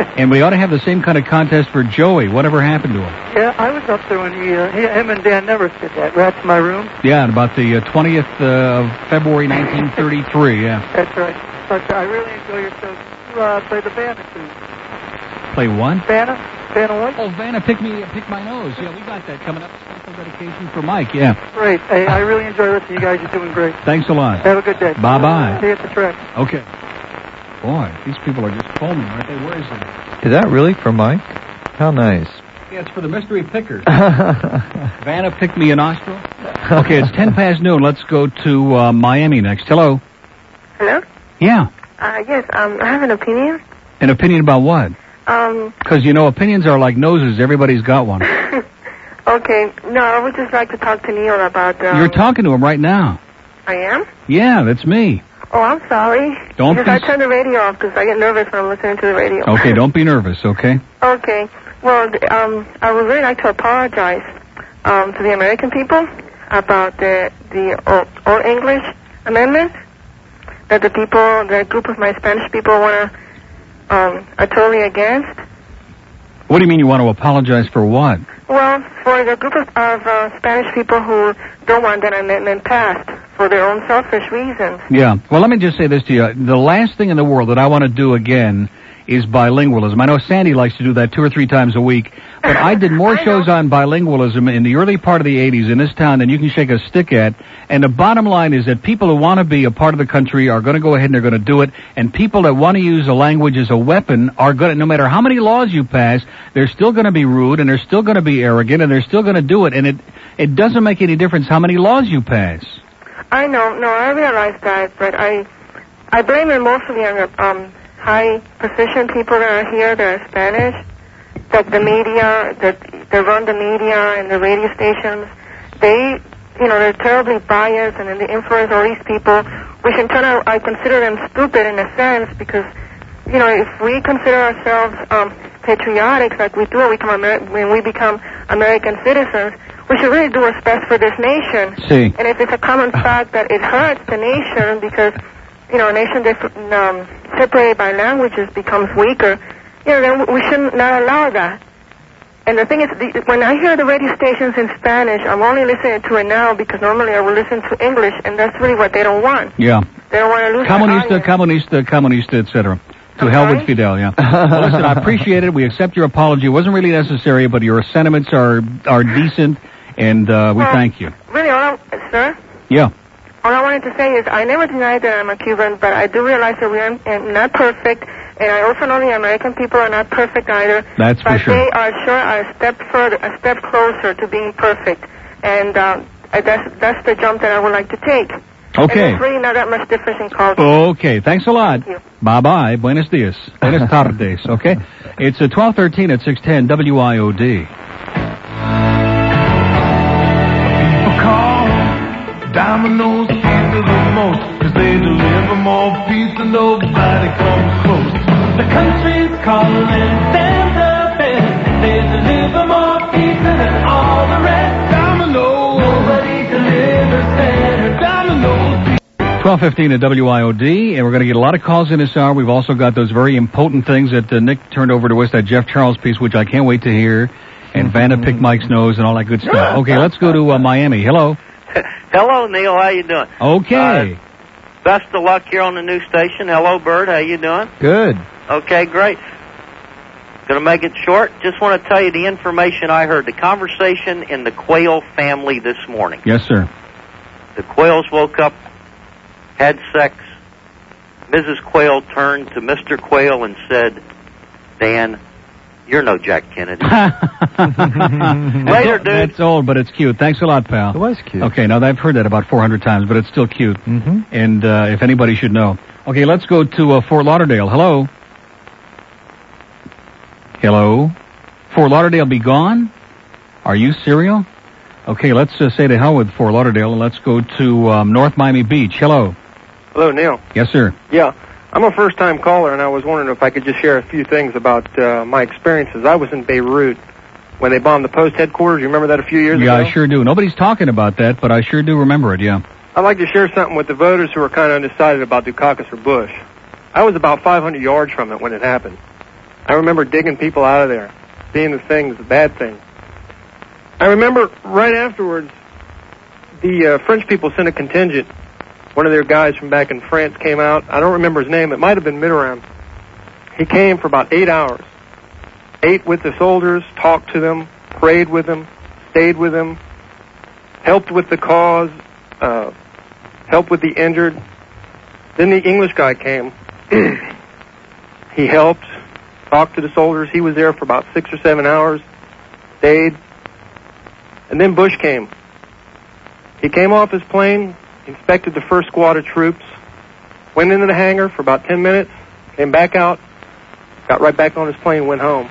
and we ought to have the same kind of contest for Joey. Whatever happened to him?
Yeah, I was up there when he, uh, he him and Dan never did that. Rats in my room.
Yeah, on about the twentieth uh, of February, nineteen thirty-three. Yeah,
That's right. But uh, I really enjoy your show. You uh, play the Vanna tune.
play one.
Vanna? Vanna White?
Oh, Vanna, pick me, pick my nose. Yeah, we got that coming up. Special dedication for Mike. Yeah,
Great. Hey, I really enjoy listening to you guys. You're doing great.
thanks a lot.
Have a good day.
Bye-bye.
See you at the track.
Okay. Boy, these people are just foaming, aren't they? Where is it?
Is that really for Mike? How nice.
Yeah, it's for the mystery pickers. Vanna picked me a nostril. Okay, it's ten past noon. Let's go to uh, Miami next. Hello.
Hello?
Yeah.
Uh, yes, um, I have an opinion.
An opinion about what?
Um,
Because you know, opinions are like noses. Everybody's got one.
okay. No, I would just like to talk to Neil about, um,
You're talking to him right now.
I am?
Yeah, that's me.
Oh, I'm sorry.
Don't
Because
be
I turn the radio off because I get nervous when I'm listening to the radio.
Okay, don't be nervous. Okay.
Okay. Well, th- um, I would really like to apologize, um, to the American people about the, the o- Old English Amendment that the people, the group of my Spanish people want to, um, are totally against.
What do you mean you want to apologize for what?
Well, for the group of, of uh, Spanish people who don't want that amendment passed for their own selfish reasons.
Yeah. Well, let me just say this to you. The last thing in the world that I want to do again is bilingualism. I know Sandy likes to do that two or three times a week, but I did more shows on bilingualism in the early part of the 80s in this town than you can shake a stick at. And the bottom line is that people who want to be a part of the country are going to go ahead and they're going to do it. And people that want to use a language as a weapon are going to, no matter how many laws you pass, they're still going to be rude and they're still going to be arrogant and they're still going to do it. And it, it doesn't make any difference how many laws you pass.
I know, no, I realize that, but I, I blame it mostly on the um, high position people that are here that are Spanish, that the media, that they run the media and the radio stations. They, you know, they're terribly biased, and then they influence all these people, which in turn I, I consider them stupid in a sense because. you know, if we consider ourselves um, patriotic like we do when we become, Amer- when we become American citizens, we should really do what's best for this nation.
See.
And if it's a common fact that it hurts the nation because, you know, a nation diff- um, separated by languages becomes weaker, you know, then we shouldn't not allow that. And the thing is, the, when I hear the radio stations in Spanish, I'm only listening to it now because normally I would listen to English, and that's really what they don't want.
Yeah.
They don't want to lose their
Comunista, comunista, comunista, etc. To hell with Fidel, yeah. well, listen, I appreciate it. We accept your apology. It wasn't really necessary, but your sentiments are are decent, and uh, we thank you.
Really, all I, sir?
Yeah.
All I wanted to say is I never denied that I'm a Cuban, but I do realize that we are am not perfect, and I also know the American people are not perfect either.
That's for
but
sure.
they are sure are a step further, a step closer to being perfect, and um, uh, that's that's the jump that I would like to take. And
Okay.
there's really not that much difference in culture.
Okay. Thanks a lot. Bye bye. Buenos dias. Buenas tardes. Okay. It's a twelve thirteen at six ten WIOD.
Domino's pizza the most, cause they deliver more pizza, nobody comes close. The country's calling, stand up and they deliver more pizza than all the rest. Domino's, nobody delivers better. Domino's.
1215 at WIOD, and we're going to get a lot of calls in this hour. We've also got those very important things that uh, Nick turned over to us, that Jeff Charles piece, which I can't wait to hear, and Vanna pick Mike's nose and all that good stuff. Okay, let's go to uh, Miami. Hello.
Hello, Neil. How you doing?
Okay.
Best of luck here on the new station. Hello, Bird. How you doing?
Good.
Okay, great. Gonna make it short. Just want to tell you the information I heard. The conversation in the Quail family this morning.
Yes, sir.
The Quails woke up, had sex. Mrs. Quail turned to Mr. Quail and said, Dan,
You're no Jack Kennedy.
Later, dude. That's old, but it's cute. Thanks a lot, pal. It was cute. Okay, now I've heard that about 400 times, but it's still cute. Mm-hmm. And uh, if anybody should know. Okay, let's go to uh, Fort Lauderdale. Hello. Hello. Fort Lauderdale be gone? Are you serial? Okay, let's uh, say to hell with Fort Lauderdale and let's go to um, North Miami Beach. Hello.
Hello, Neil.
Yes, sir.
Yeah, I'm a first time caller, and I was wondering if I could just share a few things about uh, my experiences. I was in Beirut when they bombed the post headquarters. You remember that a few years
yeah,
ago?
I sure do. Nobody's talking about that, but I sure do remember it, yeah.
I'd like to share something with the voters who are kind of undecided about Dukakis or Bush. I was about 500 yards from it when it happened. I remember digging people out of there, seeing the things, the bad things. I remember right afterwards, the uh, French people sent a contingent. One of their guys from back in France came out. I don't remember his name. It might have been Mitterrand. He came for about eight hours, ate with the soldiers, talked to them, prayed with them, stayed with them, helped with the cause, uh, helped with the injured. Then the English guy came. he helped, talked to the soldiers. He was there for about six or seven hours, stayed. And then Bush came. He came off his plane, inspected the first squad of troops, went into the hangar for about 10 minutes, came back out, got right back on his plane, went home.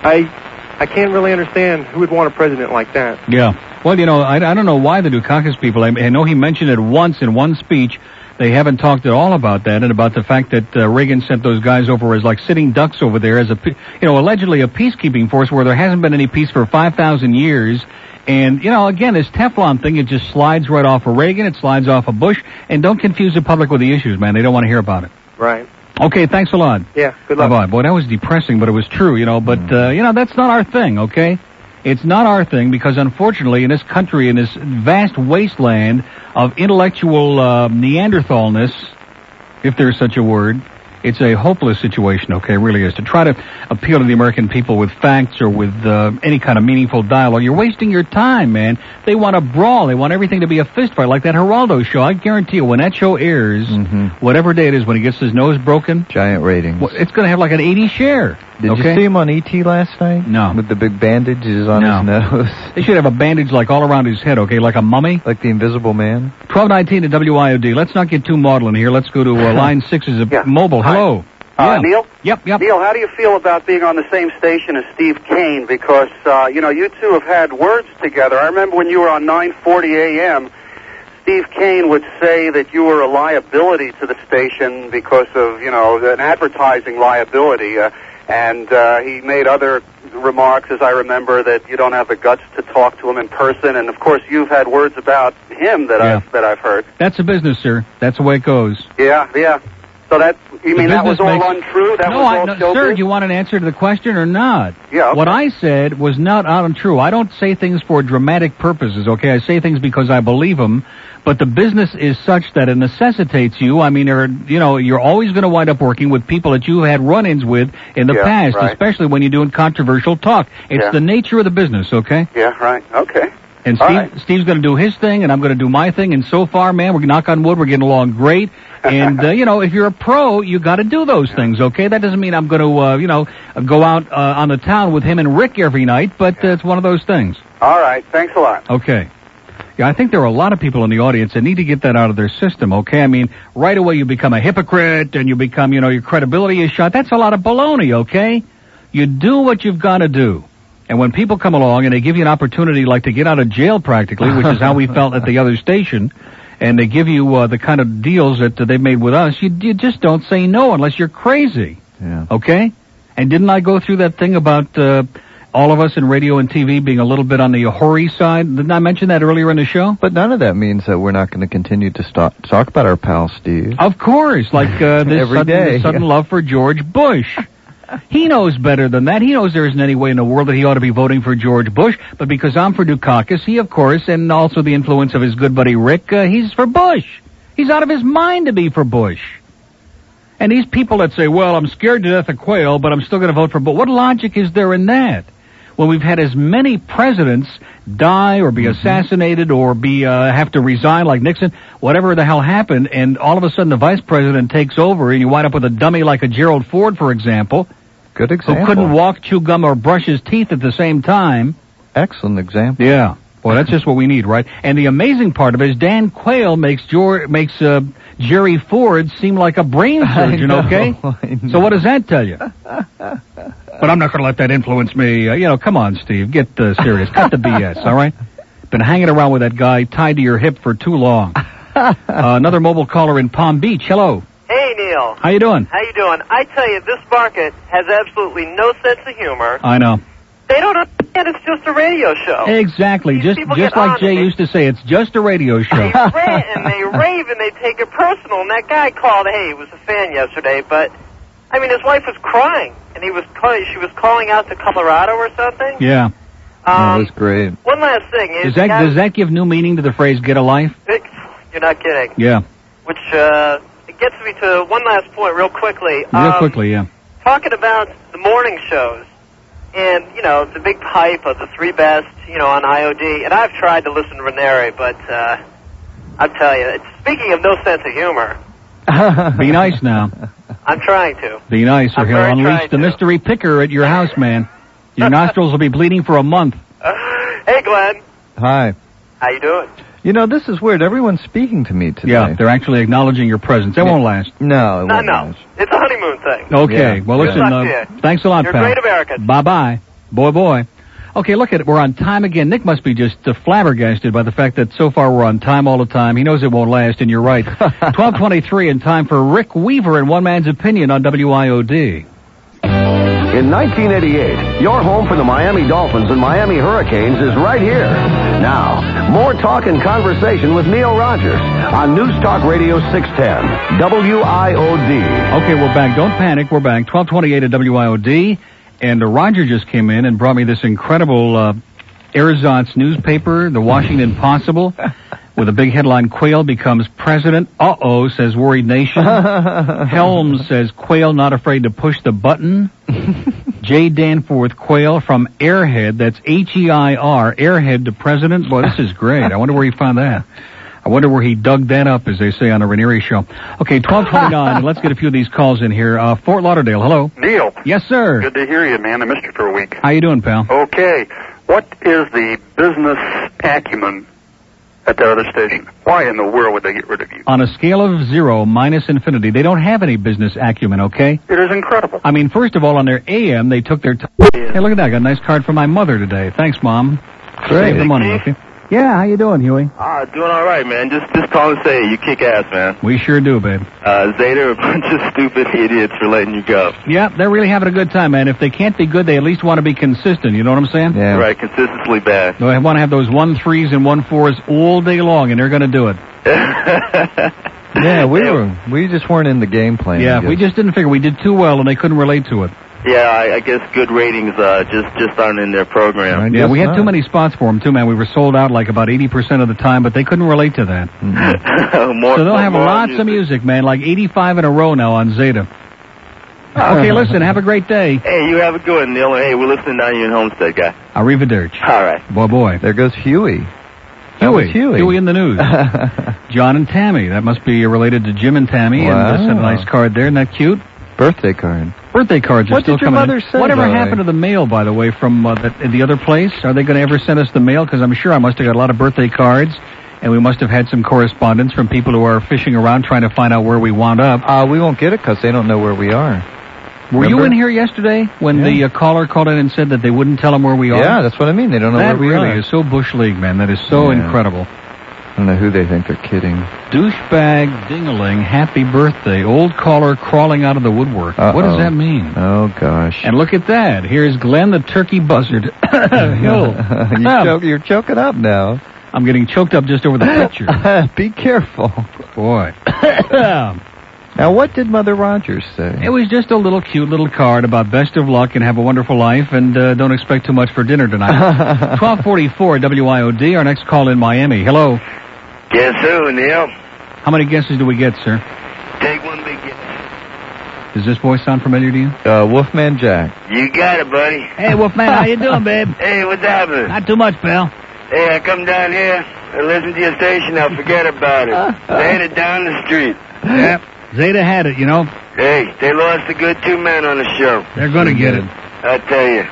I, I can't really understand who would want a president like that.
Yeah. Well, you know, I, I don't know why the Dukakis people, I, I know he mentioned it once in one speech. They haven't talked at all about that and about the fact that uh, Reagan sent those guys over as like sitting ducks over there as a, pe- you know, allegedly a peacekeeping force where there hasn't been any peace for 5,000 years. And, you know, again, this Teflon thing, it just slides right off of Reagan, it slides off of Bush, and don't confuse the public with the issues, man. They don't want to hear about it.
Right.
Okay, thanks a lot.
Yeah, good
luck. Bye-bye. Boy, that was depressing, but it was true, you know. But, uh, you know, that's not our thing, okay? It's not our thing because, unfortunately, in this country, in this vast wasteland of intellectual uh, Neanderthalness, if there's such a word, it's a hopeless situation, okay? It really is. To try to appeal to the American people with facts or with uh, any kind of meaningful dialogue, you're wasting your time, man. They want a brawl. They want everything to be a fistfight, like that Geraldo show. I guarantee you, when that show airs, whatever day it is, when he gets his nose broken,
Mm-hmm. Giant ratings.
well, it's going to have like an 80 share.
Did
okay?
you see him on ET last night?
No.
With the big bandages on
No.
his nose.
They should have a bandage like all around his head, okay, like a mummy.
Like the Invisible Man.
Twelve nineteen to WIOD. Let's not get too maudlin here. Let's go to uh, line six is a mobile. Hello.
Uh,
Yeah.
Neil?
Yep, yep.
Neil, how do you feel about being on the same station as Steve Kane? Because, uh, you know, you two have had words together. I remember when you were on 940 AM, Steve Kane would say that you were a liability to the station because of, you know, an advertising liability. Uh, and uh, he made other remarks, as I remember, that you don't have the guts to talk to him in person. And, of course, you've had words about him that, I've, that I've heard.
That's a business, sir. That's the way it goes.
Yeah, yeah. So that, you
The
mean that was all
business makes-
untrue? That
no,
was
I,
all
no
showbiz?
sir, do you want an answer to the question or not?
Yeah, okay.
What I said was not untrue. I don't say things for dramatic purposes, okay? I say things because I believe them, but the business is such that it necessitates you. I mean, there are, you know, you're always going to wind up working with people that you had run-ins with in the
Yeah,
past,
right.
especially when you're doing controversial talk. It's
Yeah.
the nature of the business, okay?
Yeah, right. Okay.
And
All
Steve, Steve's going to do his thing, and I'm going to do my thing. And so far, man, we're knock on wood, we're getting along great. And uh, you know, if you're a pro, you got to do those things, okay? That doesn't mean I'm going to, uh, you know, go out uh, on the town with him and Rick every night, but uh, it's one of those things.
All right. Thanks a lot.
Okay. Yeah, I think there are a lot of people in the audience that need to get that out of their system, okay? I mean, right away you become a hypocrite and you become, you know, your credibility is shot. That's a lot of baloney, okay? You do what you've got to do. And when people come along and they give you an opportunity like to get out of jail practically, which is how we felt at the other station, and they give you uh, the kind of deals that uh, they made with us, you, you just don't say no unless you're crazy.
Yeah.
Okay? And didn't I go through that thing about uh, all of us in radio and TV being a little bit on the hoary side? Didn't I mention that earlier in the show?
But none of that means that we're not going to continue to stop, talk about our pal Steve.
Of course, like uh, this
Every
sudden,
day,
this sudden
yeah.
love for George Bush. He knows better than that. He knows there isn't any way in the world that he ought to be voting for George Bush. But because I'm for Dukakis, he, of course, and also the influence of his good buddy Rick, uh, he's for Bush. He's out of his mind to be for Bush. And these people that say, well, I'm scared to death of Quayle, but I'm still going to vote for Bush. What logic is there in that? when we've had as many presidents die or be
Mm-hmm.
assassinated or be uh, have to resign like Nixon, whatever the hell happened, and all of a sudden the vice president takes over and you wind up with a dummy like a Gerald Ford, for example.
Good example.
Who couldn't walk, chew gum, or brush his teeth at the same time.
Excellent example.
Yeah. Well, that's just what we need, right? And the amazing part of it is Dan Quayle makes Jor- makes uh, Jerry Ford seem like a brain
I
surgeon.
know,
okay,
I
so what does that tell you? but I'm not going to let that influence me. Uh, you know, come on, Steve, get uh, serious. Cut the BS. All right. Been hanging around with that guy tied to your hip for too long. Uh, another mobile caller in Palm Beach. Hello.
Hey Neil,
How you doing?
how you doing? I tell you, this market has absolutely no sense of humor.
I know.
They don't understand it's just a radio show.
Exactly. just
Oh. people
just
get on
like Jay used to say, it's just a radio show.
They rant and they rave and they take it personal. And that guy called. Hey, he was a fan yesterday, but I mean, his wife was crying, and he was calling. She was calling out to Colorado or something.
yeah.
Um,
Oh, was great.
one last thing is
Does that
yeah,
does that give new meaning to the phrase "get a life"?
you're not kidding.
Yeah.
Which uh, it gets me to one last point, real quickly.
Real
um,
quickly, yeah.
talking about the morning shows and you know the big hype of the three best you know on IOD and I've tried to listen to Ranieri but uh I'll tell you it's speaking of no sense of humor
Be nice now.
I'm trying to
Be nice, or he'll unleash the mystery picker at your house, man. Your nostrils will be bleeding for a month.
hey Glenn
Hi.
how you doing
You know, this is weird. Everyone's speaking to me today.
Yeah, they're actually acknowledging your presence. That won't last.
No, it
no
won't
no it's a honeymoon thing
Okay.
Yeah.
Well,
Good
listen.
luck
to
Uh, thanks a lot,
You're
pal.
great Americans.
Bye bye, boy, boy. Okay, look at it. We're on time again. Nick must be just uh, flabbergasted by the fact that so far we're on time all the time. He knows it won't last, and you're right. Twelve twenty-three in time for Rick Weaver and One Man's Opinion on WIOD.
In 1988, your home for the Miami Dolphins and Miami Hurricanes is right here. Now, more talk and conversation with Neil Rogers on News Talk Radio 610, WIOD.
Okay, we're back. Don't panic. We're back. 1228 at WIOD. And uh, Roger just came in and brought me this incredible uh, Erzatz newspaper, the Washington Possible, with a big headline, Quayle becomes president. Uh-oh, says Worried Nation. Helms says Quayle not afraid to push the button. J. Danforth Quayle from Airhead, that's H-E-I-R, Airhead to president. Boy, this is great. I wonder where he found that. I wonder where he dug that up, as they say on the Ranieri show. Okay, 1229, and let's get a few of these calls in here. Uh, Fort Lauderdale, hello.
Neil,
Yes, sir.
good to hear you, man. I missed you for a week.
How you doing, pal?
Okay, what is the business acumen at the other station? Why in the world would they get rid of you?
On a scale of zero minus infinity, they don't have any business acumen, okay?
It is incredible.
I mean, first of all, on their AM, they took their time. Hey, look at that. I got a nice card from my mother today. Thanks, Mom.
Great.
Save the money, okay? Yeah, how you doing, Huey?
Ah, doing all right, man. Just just call and say you kick ass, man.
We sure do, babe.
Uh, Zeta, a bunch of stupid idiots for letting you go.
Yeah, they're really having a good time, man. If they can't be good, they at least want to be consistent. You know what I'm saying?
Right, consistently bad.
They want to have those one threes and one fours all day long, and they're going to do it.
Yeah, we were. We just weren't in the game plan.
yeah,
I guess.
we just didn't figure we did too well, and they couldn't relate to it.
Yeah, I, I guess good ratings uh, just just aren't in their program.
yeah, we had too many spots for them too, man. We were sold out like about eighty percent of the time, but they couldn't relate to that.
more,
so they'll have
more
lots
music.
of music, man. Like eighty-five in a row now on Zeta. Okay,
Uh-huh.
listen. Have a great day.
Hey, you have a good one, Neil. And hey, we're listening down here in Homestead, guy.
Arrivederci.
All right.
Boy, boy.
There goes Huey. That was
Huey.
Huey.
in the news. John and Tammy. That must be related to Jim and Tammy.
Wow.
And uh, sent a nice card there. Isn't that cute?
Birthday card.
Birthday cards are
What
still
did your
coming in.
mother say,
Whatever
by the way?
happened to the mail, by the way, from uh, the, the other place? Are they going to ever send us the mail? Because I'm sure I must have got a lot of birthday cards, and we must have had some correspondence from people who are fishing around trying to find out where we wound up.
Uh, we won't get it because they don't know where we are.
Were you
Remember?
in here yesterday when the uh, caller called in and said that they wouldn't tell them where we are?
Yeah, that's what I mean. They don't know
that
where we
really
are.
is so bush league, man. That is so
Yeah.
incredible.
I don't know who they think they're kidding.
Douchebag dingaling, happy birthday. Old caller crawling out of the woodwork. What
Uh-oh.
does that mean?
Oh gosh.
And look at that. Here's Glenn the turkey buzzard. Hill.
you're, choke, you're choking up now.
I'm getting choked up just over the picture.
Be careful.
Boy.
now, what did Mother Rogers say?
It was just a little cute little card about best of luck and have a wonderful life and uh, don't expect too much for dinner tonight. 1244 WIOD, our next call in Miami. Hello.
Guess who, Neil?
How many guesses do we get, sir?
Take one big guess.
Does this voice sound familiar to you?
Uh, Wolfman Jack.
You got it, buddy.
Hey, Wolfman, how you doing, babe?
Hey, what's happening?
Not too much, pal.
Hey, I come down here and listen to your station. Now forget about
Uh-huh.
it. They had it down the street.
Yep. Zeta had it, you know.
Hey, they lost a good two men on the show.
They're going to get it.
I tell you.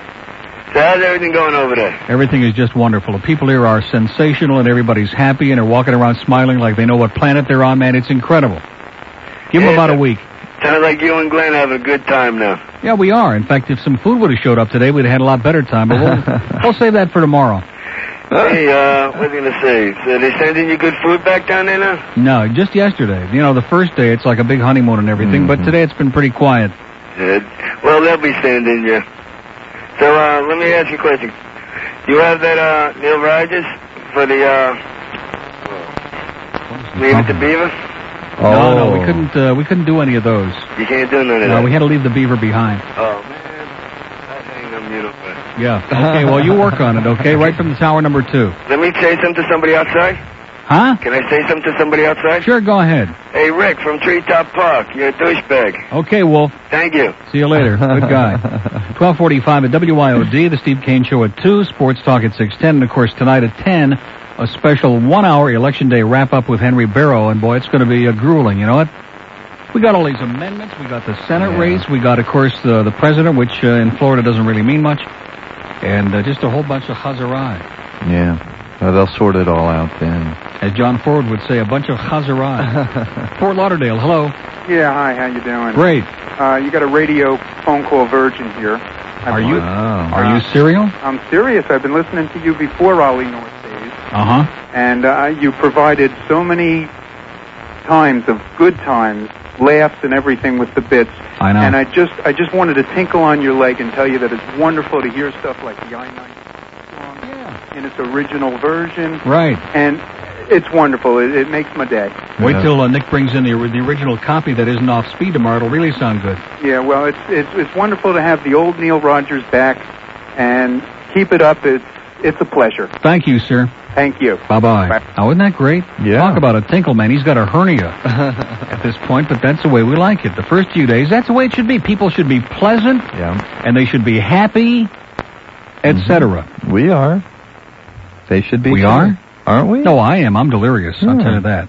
So how's everything going over there?
Everything is just wonderful. The people here are sensational, and everybody's happy, and they're walking around smiling like they know what planet they're on, man. It's incredible. Give them
Yeah,
about a
but-
week.
Sounds like you and Glenn having a good time now.
Yeah, we are. In fact, if some food would have showed up today, we'd have had a lot better time. But we'll, we'll save that for tomorrow.
hey, uh, what was I gonna say? So they sending you good food back down there now?
No, just yesterday. You know, the first day it's like a big honeymoon and everything, but today it's been pretty quiet.
Good. Well, they'll be sending you. So, uh, let me ask you a question. You have that, uh, Neil Rogers for the, uh, Leave It to Beaver?
No, no, we
Oh.
couldn't. Uh, we couldn't do any of those.
You can't do none of
No,
that.
we had to leave the beaver behind.
Oh, man. I think I'm beautiful.
Yeah. Okay. Well, you work on it. Okay, right from the tower number two.
Let me say something to somebody outside.
Huh?
Can I say something to somebody outside?
Sure. Go ahead.
Hey, Rick from Treetop Park. You're a douchebag.
Okay, Wolf.
Thank you.
See you later. Good guy. 1245 at WIOD, the Steve Kane Show at 2, Sports Talk at 610, and of course tonight at 10, a special one-hour Election Day wrap-up with Henry Barrow, and boy, it's going to be uh, grueling, you know what? We got all these amendments, we got the Senate race, we got, of course, the, the president, which uh, in Florida doesn't really mean much, and uh, just a whole bunch of huzzah.
Yeah. Uh, they'll sort it all out then.
As John Ford would say, a bunch of huzzah. Fort Lauderdale, hello.
Yeah, hi, how you doing?
Great.
Uh, you got a radio phone call virgin here.
Are you, are you serial?
I'm serious. I've been listening to you before Ali North days,
Uh-huh.
and uh, you provided so many times of good times, laughs and everything with the bits.
I know.
And I just, I just wanted to tinkle on your leg and tell you that it's wonderful to hear stuff like the I-9 song in its original version,
Right.
and it's wonderful. It, it makes my day.
Wait till uh, Nick brings in the, the original copy that isn't off speed tomorrow. It'll really sound good.
Yeah, well, it's it's it's wonderful to have the old Neil Rogers back, and keep it up. It's it's a pleasure.
Thank you, sir.
Thank you.
Bye bye. Oh, isn't that great? Yeah. Talk about a tinkle, man. He's got a hernia at this point, but that's the way we like it. The first few days, that's the way it should be. People should be pleasant.
Yeah.
And they should be happy, etc.
We are. They should be.
Mm-hmm. We Hmm.
too.
are?
Aren't we?
No, I am. I'm delirious. I'll
Yeah.
tell you that.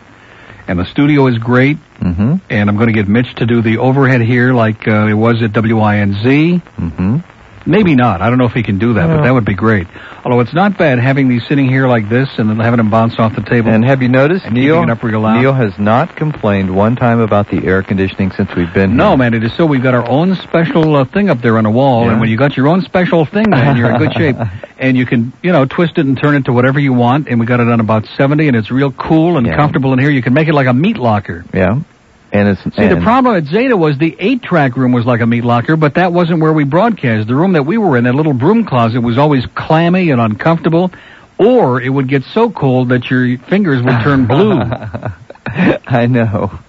And the studio is great.
Mm-hmm.
And I'm going to get Mitch to do the overhead here like uh, it was at WINZ.
Mm-hmm.
Maybe not. I don't know if he can do that, but
Yeah.
that would be great. Although it's not bad having these sitting here like this and then having them bounce off the table.
And have you noticed
And
Neil?
keeping it up real loud.
Neil has not complained one time about the air conditioning since we've been here.
No, man, it is so. We've got our own special uh, thing up there on the wall, and when you got your own special thing, man, you're in good shape. And you can, you know, twist it and turn it to whatever you want, and we got it on about 70, and it's real cool and comfortable in here. You can make it like a meat locker.
Yeah. And it's
See, the
and-
problem at Zeta was the eight-track room was like a meat locker, but that wasn't where we broadcast. The room that we were in, that little broom closet, was always clammy and uncomfortable, or it would get so cold that your fingers would turn blue.
I know.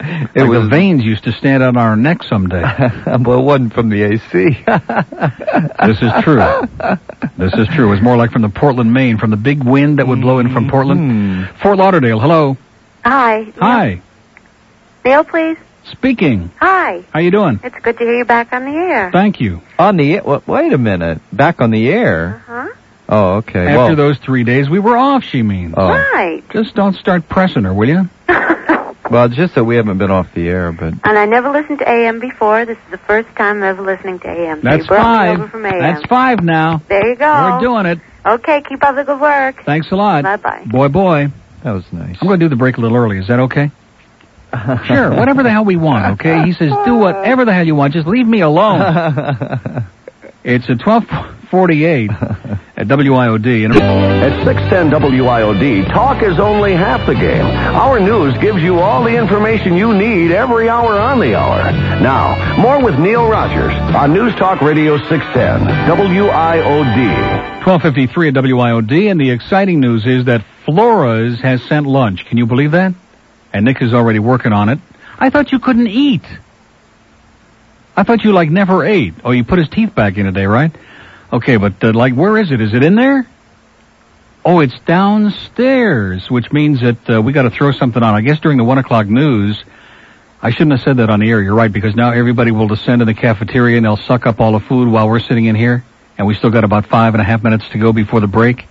It
Like
was
the veins used to stand out on our neck someday.
well, it wasn't from the AC.
This is true. This is true. It was more like from the Portland, Maine, from the big wind that would blow in from
Hmm.
Portland. Fort Lauderdale, hello.
Hi.
Hi.
Neil, please.
Speaking.
Hi.
How you doing?
It's good to hear you back on the air.
Thank you. Uh-huh.
On the air- wa- wait a minute, back on the air.
Huh?
Oh, okay.
After
well,
those three days, we were off, she means.
Oh.
Right.
Just don't start pressing her, will you?
well, it's just that we haven't been off the air, but
And I never listened to AM before. This is the first time ever listening to AM. So you
That's
brought me
five.
Over from AM.
That's five now.
There you go.
We're doing it.
Okay, keep up the good work.
Thanks a lot.
Bye-bye.
Boy, boy.
That was nice.
I'm going to do the break a little early. Is that okay? sure. Whatever the hell we want, okay? He says, do whatever the hell you want. Just leave me alone. it's at 1248 at WIOD. And
At 610 WIOD, talk is only half the game. Our news gives you all the information you need every hour on the hour. Now, more with Neil Rogers on News Talk Radio 610, WIOD.
1253 at WIOD. And the exciting news is that Flora's has sent lunch. Can you believe that? And Nick is already working on it. I thought you couldn't eat. I thought you like never ate. Oh, you put his teeth back in today, right? Okay, but uh, like, where is it? Is it in there? Oh, it's downstairs, which means that uh, we got to throw something on. I guess during the one o'clock news, I shouldn't have said that on the air. You're right because now everybody will descend in the cafeteria and they'll suck up all the food while we're sitting in here, and we still got about five and a half minutes to go before the break.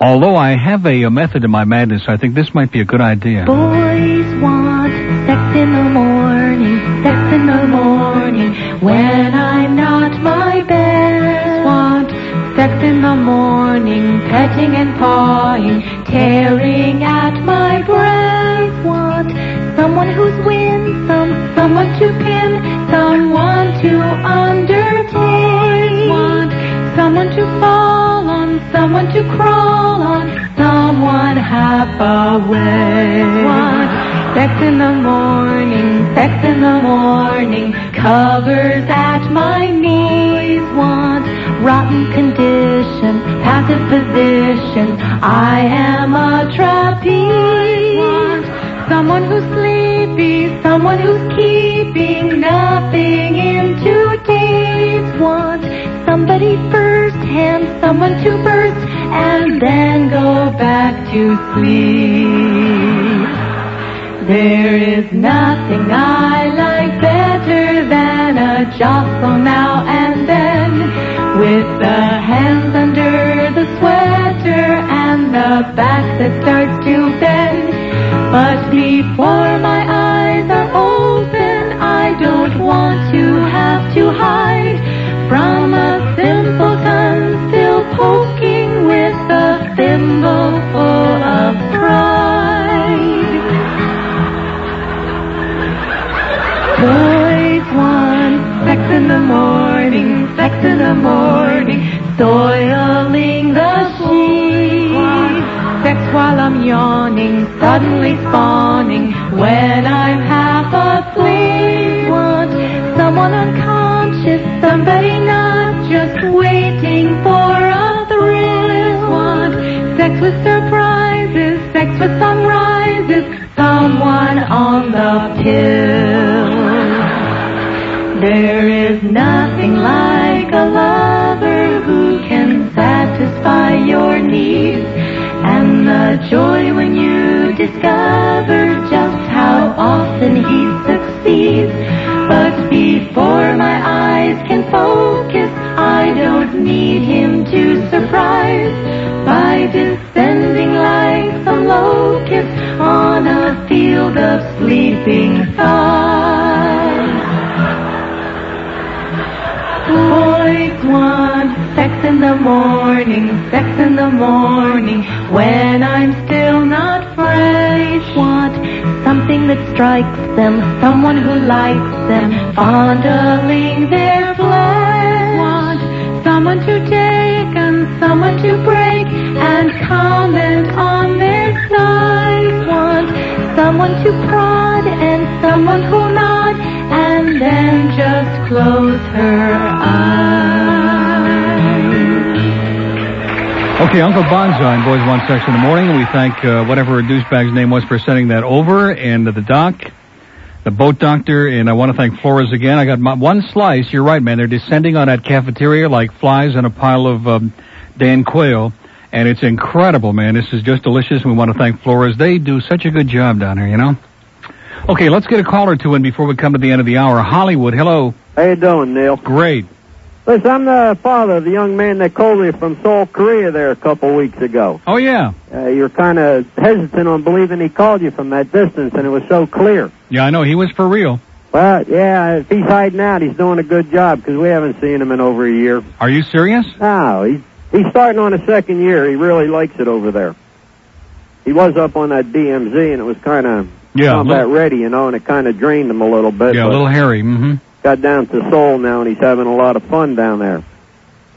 Although I have a, a method in my madness, I think this might be a good idea.
Boys want sex in the morning, sex in the morning, when I'm not my best. Want sex in the morning, petting and pawing, tearing at my breast. Want someone who's winsome, someone to pin, someone to undertake. Boys want someone to fall on, someone to crawl on, someone half away. Want sex in the morning, sex in the morning, covers at my knees. Want rotten condition, passive position, I am a trapeze. Want someone who's sleepy, someone who's keeping nothing in two days. Want somebody first hand someone to burst and then go back to sleep. There is nothing I like better than a jostle now and then with the hands under the sweater and the back that starts to bend. But before my eyes are open, I don't want to have to hide from a simple gun still poking with a thimble full of pride. Boys want sex in the morning, sex in the morning, soiling the sheets. Sex while I'm yawning, suddenly spawning when I'm half asleep. Want someone unconscious, somebody not just waiting for a thrill. Want sex with surprises, sex with sunrises, someone on the pill. There is nothing like a lover who can satisfy your needs and the joy when you discover just how often he succeeds. But before my eyes can focus, I don't need him to surprise by descending like some locust on a field of sleeping thighs. Boys want sex in the morning, sex in the morning, when I'm still not fresh. Want something that strikes them, someone who likes them, fondling their flesh. Want someone to take and someone to break and comment on their size. Want someone to prod and someone who nod and then just close her eyes.
Okay, Uncle Bonzo and Boys Want Sex in the Morning. We thank uh, whatever douchebag's name was for sending that over, and uh, the doc, the boat doctor, and I want to thank Flores again. I got my, one slice. You're right, man. They're descending on that cafeteria like flies on a pile of um, Dan Quayle, and it's incredible, man. This is just delicious. We want to thank Flores. They do such a good job down here, you know. Okay, let's get a call or two in before we come to the end of the hour. Hollywood, hello.
How you doing, Neil?
Great.
Listen, I'm the father of the young man that called me from Seoul, Korea there a couple weeks ago.
Oh yeah,
Uh, you were kind of hesitant on believing he called you from that distance, and it was so clear.
yeah, I know. He was for real.
Well, yeah, if he's hiding out, he's doing a good job because we haven't seen him in over a year.
Are you serious?
No, he's, he's starting on his second year. He really likes it over there. He was up on that DMZ, and it was kind of
Yeah,
not that ready, you know, and it kind of drained him a little bit.
yeah, a
but-
little hairy. Mm-hmm.
got down to Seoul now, and he's having a lot of fun down there.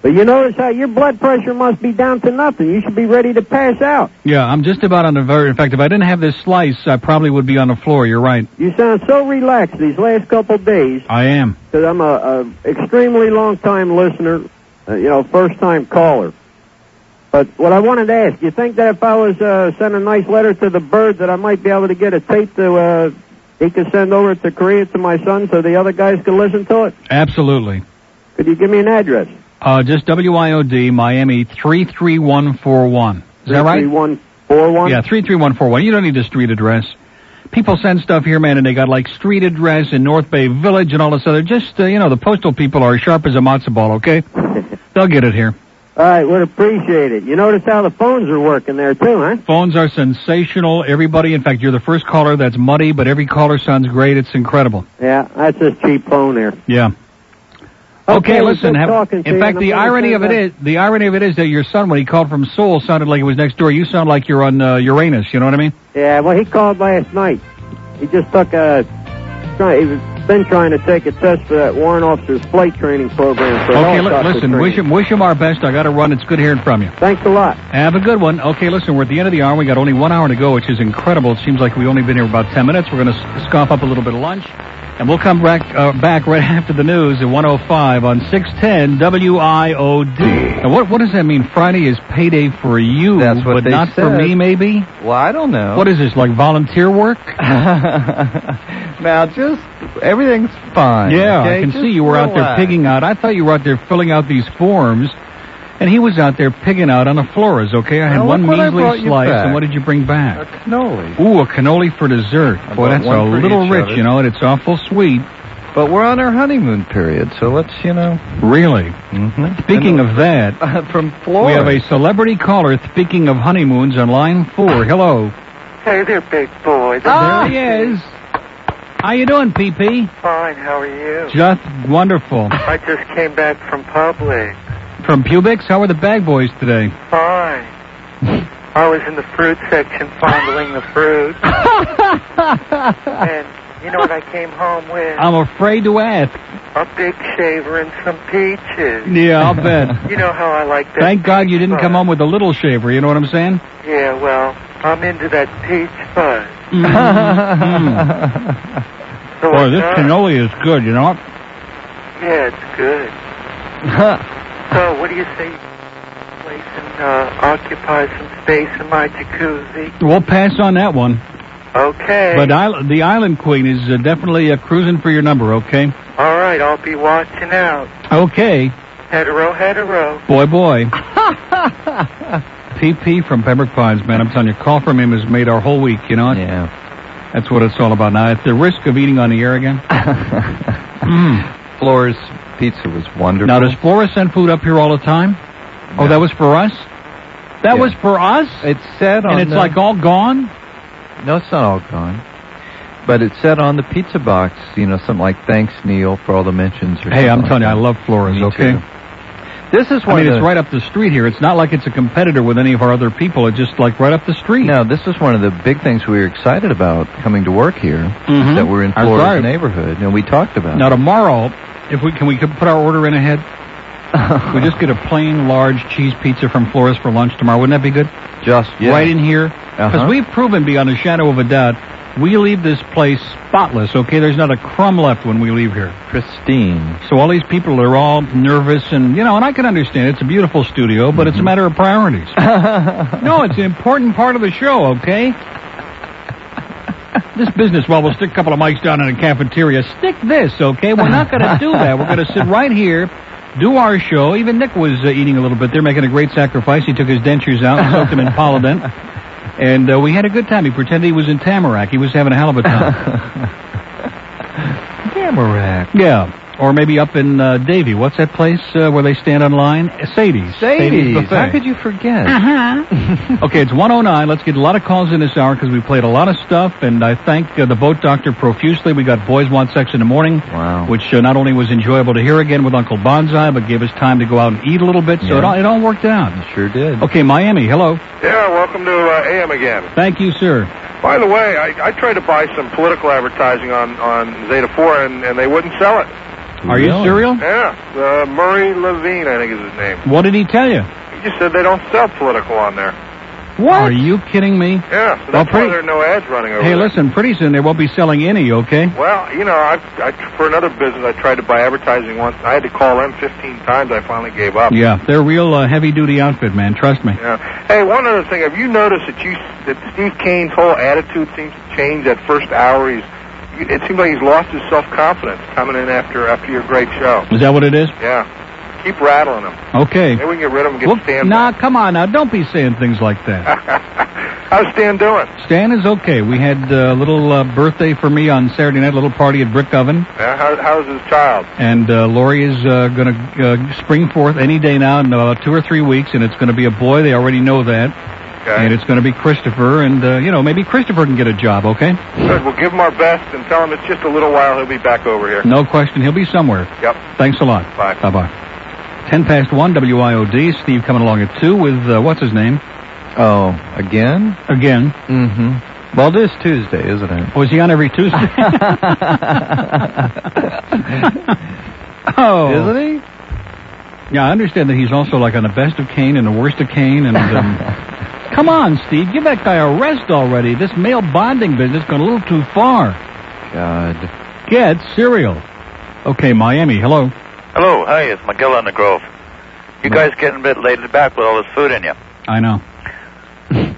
But you notice how your blood pressure must be down to nothing. You should be ready to pass out.
Yeah, I'm just about on the verge. In fact, if I didn't have this slice, I probably would be on the floor. You're right.
You sound so relaxed these last couple days
I am.
because I'm a, a extremely long time listener, uh, you know, first time caller. But what I wanted to ask, you think that if I was uh, send a nice letter to the bird, that I might be able to get a tape to uh, he could send over to Korea to my son, so the other guys could listen to it?
Absolutely.
Could you give me an address?
Uh, just WIOD Miami 33141. Is that right?
33141?
Yeah, 33141. You don't need the street address. people send stuff here, man, and they got like street address and North Bay Village and all this other. Just uh, you know, the postal people are sharp as a matzo ball. Okay, they'll get it here.
All right, would appreciate it. You notice how the phones are working there too, huh?
Phones are sensational. Everybody, in fact, you're the first caller that's muddy, but every caller sounds great. It's incredible.
Yeah, that's this cheap phone there.
Yeah. Okay,
Okay,
listen.
good
have-
talking to
in
you,
fact,
and
the
I'm gonna
irony
say
of it
that-
is, the irony of it is that your son, when he called from Seoul, sounded like it was next door. You sound like you're on uh, Uranus. You know what I mean?
Yeah, well, he called last night. He just took a. Try, he's been trying to take a test for that warrant officer's flight training program for
okay,
helicopter
li- listen.
training.
Wish him, wish him our best. I got to run. It's good hearing from you.
Thanks a lot.
Have a good one. Okay, listen. We're at the end of the hour. We got only one hour to go, which is incredible. It seems like we've only been here about ten minutes. We're going to scoff up a little bit of lunch, and we'll come back uh, back right after the news at 105 on 610 WIOD. Now, what what does that mean? Friday is payday for you, That's what but
they
not for
said.
me, maybe.
Well, I don't know.
What is this like volunteer work?
now, just everything's fine.
Yeah,
okay?
I can
Just
see you were out there
relax.
pigging out. I thought you were out there filling out these forms, and he was out there pigging out on the Flores. Okay, I had
Now,
one
look what I brought
measly
you
slice,
back.
and what did you bring back?
Cannoli.
Ooh, a cannoli for dessert. Boy,
bought
that's
one
a
for
little
each
rich,
of us.
you know, and it's awful sweet.
But we're on our honeymoon period, so let's, you know.
Really?
Mm-hmm.
Speaking of that,
from
we
Florida.
have a celebrity caller speaking of honeymoons on line four. Hello.
Hey there, big boy.
Ah, he is. How you doing, PP?
Fine. How are you?
Just wonderful.
I just came back from public.
From Pubix, how are the bag boys today?
Fine. I was in the fruit section fondling the fruit. and you know what I came home with?
I'm afraid to ask.
A big shaver and some peaches.
Yeah, I'll bet.
You know how I like that.
Thank God you didn't
fuzz.
come home with a little shaver, you know what I'm saying?
Yeah, well, I'm into that peach fuzz. So
Boy,
I
this
got-
cannoli is good, you know?
Yeah, it's good. So what do you say? Place and uh, occupy some space in my jacuzzi.
We'll pass on that one.
Okay.
But isl- the Island Queen is uh, definitely uh, cruising for your number, okay?
All right, I'll be watching out.
Okay.
Hetero, hetero.
Boy, boy. PP from Pembroke Pines, man. I'm telling you, call from him has made our whole week, you know?
Yeah.
That's what it's all about. Now, at the risk of eating on the air again.
Flores pizza was wonderful.
Now, does Flora send food up here all the time? Oh, that was for us? That was for us?
It said on
And it's
the-
like all gone?
No, it's not all gone. But it said on the pizza box, you know, something like "Thanks, Neil, for all the mentions." Or
Hey, I'm
something like
telling you, I
that.
love Flores,
Me
okay?
too. This is one
I mean,
of
it's
the-
right up the street here. It's not like it's a competitor with any of our other people. It's just like right up the street.
No, this is one of the big things we were excited about coming to work here.
Mhm.
That we're in
That's
Flores
right.
neighborhood, and we talked about.
Now
it.
tomorrow, if we can we could put our order in ahead. we just get a plain large cheese pizza from Flores for lunch tomorrow. Wouldn't that be good?
Just yeah.
Right in here, because
Uh-huh.
we've proven beyond a shadow of a doubt, we leave this place spotless. Okay, there's not a crumb left when we leave here.
pristine.
So all these people are all nervous, and you know, and I can understand. It's a beautiful studio, but it's
Mm-hmm.
a matter of priorities. no, it's an important part of the show. Okay. This business, well, we'll stick a couple of mics down in a cafeteria. Stick this, okay? We're not going to do that. We're going to sit right here, do our show. Even Nick was uh, eating a little bit. They're making a great sacrifice. He took his dentures out and soaked them in polydent. And uh, we had a good time. He pretended he was in Tamarack. He was having a hell of a time.
Tamarack.
Yeah. Or maybe up in uh, Davie. What's that place uh, where they stand in line? Sadie's.
Sadie's.
Buffet.
How could you forget?
Uh-huh. okay, it's 109. Let's get a lot of calls in this hour because we played a lot of stuff, and I thank uh, the boat doctor profusely. We got Boys Want Sex in the Morning,
wow.
which uh, not only was enjoyable to hear again with Uncle Bonsai, but gave us time to go out and eat a little bit, so it,
Yeah.
all, it all worked out.
Sure did.
Okay, Miami, hello.
Yeah, welcome to uh, AM again.
Thank you, sir.
By the way, I, I tried to buy some political advertising on, on Zeta 4, and, and they wouldn't sell it.
Are you
Really?
serial?
Yeah, uh, Murray Levine, I think is his name.
What did he tell you?
He just said they don't sell political on there.
What? Are you kidding me?
Yeah, so that's
Well, pretty-
why there are no ads running over
Hey,
there.
listen, pretty soon they won't be selling any, okay?
Well, you know, I, I for another business, I tried to buy advertising once. I had to call them 15 times. I finally gave up.
Yeah, they're real uh, heavy duty outfit, man. Trust me.
Yeah. Hey, one other thing. Have you noticed that you that Steve Kane's whole attitude seems to change that first hour? He's it seems like he's lost his self confidence coming in after after your great show.
Is that what it is?
Yeah. Keep rattling them.
Okay.
Maybe we can get rid of them. Get
Well,
Stan.
nah, come on now. Don't be saying things like that.
How's Stan doing?
Stan is okay. We had uh, a little uh, birthday for me on Saturday night, a little party at Brick Oven.
Yeah, how, how's his child?
And uh, Lori is uh, going to uh, spring forth any day now in about two or three weeks, and it's going to be a boy. They already know that. And it's going to be Christopher, and uh, you know maybe Christopher can get a job. Okay,
Good. We'll give him our best and tell him it's just a little while. He'll be back over here.
no question, he'll be somewhere.
Yep.
Thanks a lot.
Bye.
Bye bye. Ten past one, WIOD. Steve coming along at two with uh, what's his name?
Oh, again?
Again.
Mm-hmm. Well, it is Tuesday, isn't it?
Was he on every Tuesday? oh,
Isn't he?
Yeah, I understand that he's also like on the best of Kane and the worst of Kane. And um, come on, Steve, give that guy a rest already. This male bonding business gone a little too far.
God.
Get serial. Okay, Miami. Hello.
Hello, hi, it's McGill on the Grove. You guys getting a bit laid back with all this food in you.
I know.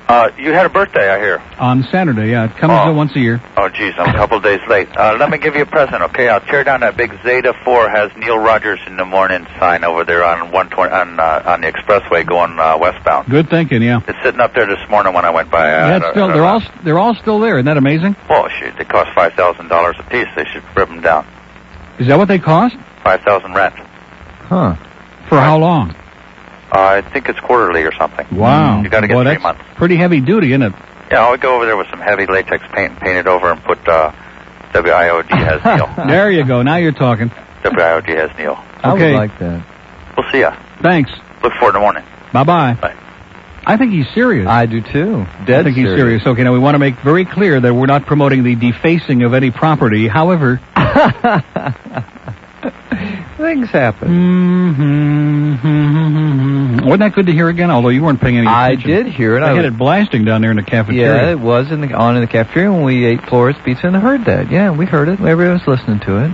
Uh, you had a birthday, I hear.
On Saturday, yeah, it comes uh, once a year.
Oh, geez, I'm a couple days late. Uh, let me give you a present, okay? I'll tear down that big Zeta 4 has Neil Rogers in the morning sign over there on 120 on uh, on the expressway going uh, westbound.
Good thinking, yeah.
It's sitting up there this morning when I went by. Uh,
That's still they're all they're all still there. Isn't that amazing?
Oh, shoot, they cost five thousand dollars a piece. They should rip them down.
Is that what they cost?
Five thousand rent.
Huh. For how long?
Uh, I think it's quarterly or something.
Wow.
You got to get
Boy,
three
that's
months.
Pretty heavy duty, isn't it?
Yeah, I would go over there with some heavy latex paint, paint it over, and put uh, WIOD has Neil.
there you go. Now you're talking.
WIOD has Neil.
I would Okay.
like that.
We'll see ya.
Thanks.
Look forward to morning.
Bye bye. I think he's serious.
I do too. Dead
I think he's
serious.
serious. Okay, now we want to make very clear that we're not promoting the defacing of any property. However,
Things happen.
Mm-hmm. wasn't that good to hear again? Although you weren't paying any
I
attention.
did hear it.
I,
I
had
was-
it blasting down there in the
Yeah,
cafeteria.
it was in the, on in the cafeteria when we ate Flores Pizza and heard that. Yeah, we heard it. Everybody was listening to it.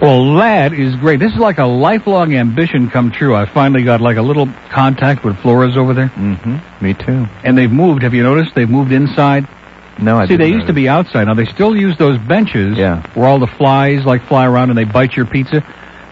Well, that is great. This is like a lifelong ambition come true. I finally got like a little contact with Flores over there.
Mm-hmm. Me too.
And they've moved. Have you noticed? They've moved inside.
No, I
See, they
didn't
used to be outside. Now they still use those benches where all the flies like fly around and they bite your pizza.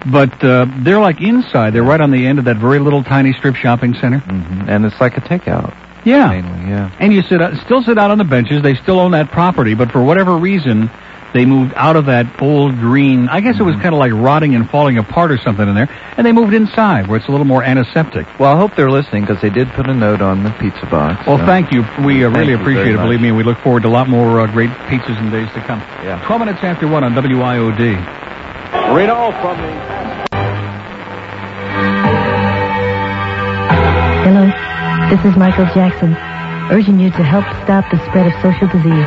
But uh, they're like inside. They're right on the end of that very little tiny strip shopping center.
Mm-hmm. And it's like a takeout.
Yeah.
Mainly, yeah.
And you sit out, still sit out on the benches. They still own that property, but for whatever reason, they moved out of that old green. I guess it
Mm-hmm.
was kind of like rotting and falling apart or something in there, and they moved inside where it's a little more antiseptic.
Well, I hope they're listening because they did put a note on the pizza box.
Well,
so-
thank you. We uh,
Thank
really
you very
appreciate it.
much.
Believe me, we look forward to a lot more uh, great pizzas in days to come.
Yeah.
12 minutes after 1 on WIOD.
Reno from the
Hello, this is Michael Jackson, urging you to help stop the spread of social disease.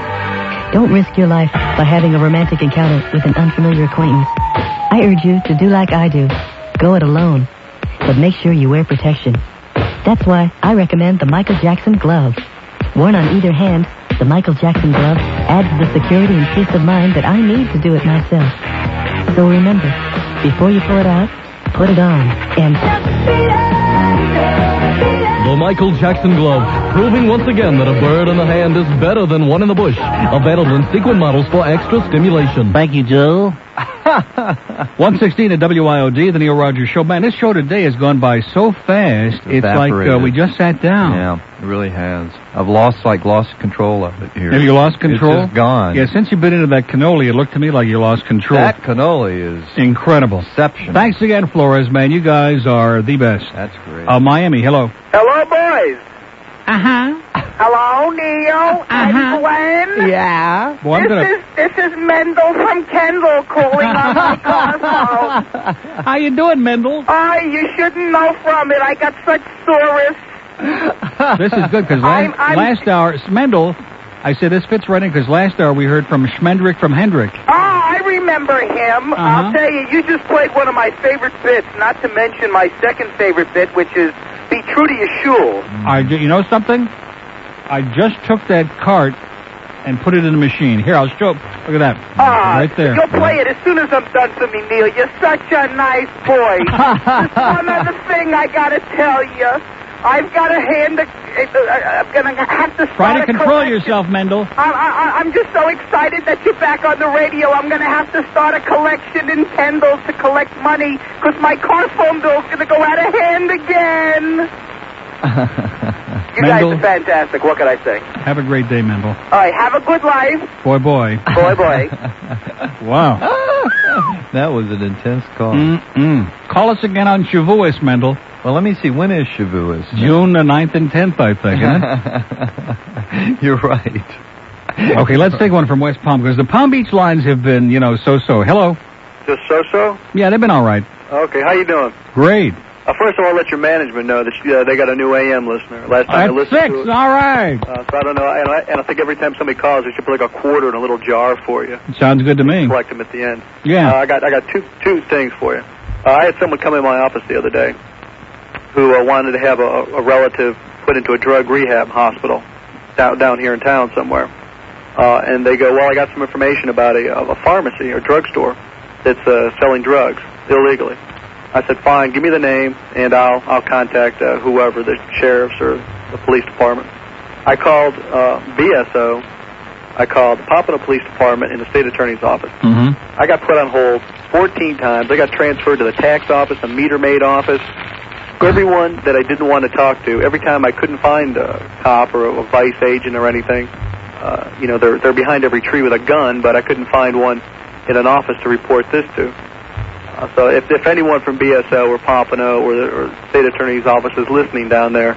Don't risk your life by having a romantic encounter with an unfamiliar acquaintance. I urge you to do like I do. Go it alone, but make sure you wear protection. That's why I recommend the Michael Jackson glove. Worn on either hand, the Michael Jackson glove adds the security and peace of mind that I need to do it myself. So remember, before you pull it out, put it on and...
The Michael Jackson glove, proving once again that a bird in the hand is better than one in the bush. Available in sequin models for extra stimulation.
Thank you, Joe. 116 at WIOD, the Neil Rogers Show. Man, this show today has gone by so fast. It's like uh,
Evaporated.
we just sat down.
Yeah, it really has. I've lost like lost control of it here.
Have you lost
It's
control?
just gone.
Yeah, since you've been into that cannoli, it looked to me like you lost control.
That cannoli is
Incredible.
exceptional.
Thanks again, Flores, man. You guys are the best.
That's great.
Uh, Miami, hello.
Hello, boys. Uh
Uh-huh.
huh. Hello, Neil. Uh-huh. Glenn. Yeah.
Boy, I'm
this
gonna-
is this is Mendel from Kendall calling on my car phone.
How you doing, Mendel?
Oh, you shouldn't know from it. I got such sorest.
this is good because
I'm-
last,
I'm-
last hour, Smendel, I said this fits right in because last hour we heard from Schmendrick from Hendrick.
Oh, I remember him.
Uh-huh.
I'll tell you, you just played one of my favorite bits, not to mention my second favorite bit, which is be true to your shul.
Mm-hmm.
I, ju- you know something? I just took that cart and put it in the machine. Here, I'll show. Look at that.
Ah,
right there.
You'll play it as soon as I'm done for me, Neil. You're such a nice boy. There's one other thing I gotta tell you. I've got a hand. that- it- uh, I'm gonna have to.
Try
start
to
a
control yourself, Mendel.
I, I, I'm just so excited that you're back on the radio. I'm going to have to start a collection in Kendall to collect money because my car phone bill's going to go out of hand again.
You guys are fantastic. What can I say?
Have a great day, Mendel.
All right, have a good life.
Boy, boy.
Boy, boy.
Wow. Ah.
That was an intense call.
Mm-mm. Call us again on Shavuos, Mendel.
Well, let me see. When is Shavuos?
June the 9th and 10th, I think. Isn't
You're right.
it? okay, let's take one from West Palm because the Palm Beach lines have been, you know, so-so. Hello.
Just so-so?
Yeah, they've been all right.
Okay, how you doing?
Great.
Uh, first of all, let your management know that uh, they got a new AM listener. Last time I
That's
listened
six.
to it.
All right.
Uh, so I don't know, and I, and I think every time somebody calls, they should put like a quarter in a little jar for you.
Sounds good to me.
Collect them at the end.
Yeah.
Uh, I got I got two two things for you. Uh, I had someone come in my office the other day who uh, wanted to have a, a relative put into a drug rehab hospital down down here in town somewhere. Uh, and they go, well, I got some information about a, a pharmacy or drugstore that's uh, selling drugs illegally. I said, fine, give me the name, and I'll I'll contact uh, whoever, the sheriffs or the police department. I called uh, BSO. I called the Pompano Police Department and the state attorney's office.
Mm-hmm.
I got put on hold 14 times. I got transferred to the tax office, the meter maid office. Everyone that I didn't want to talk to, every time I couldn't find a cop or a vice agent or anything, uh, you know, they're, they're behind every tree with a gun, but I couldn't find one in an office to report this to. Uh, so if, if anyone from BSO or Pompano or the or state attorney's office is listening down there,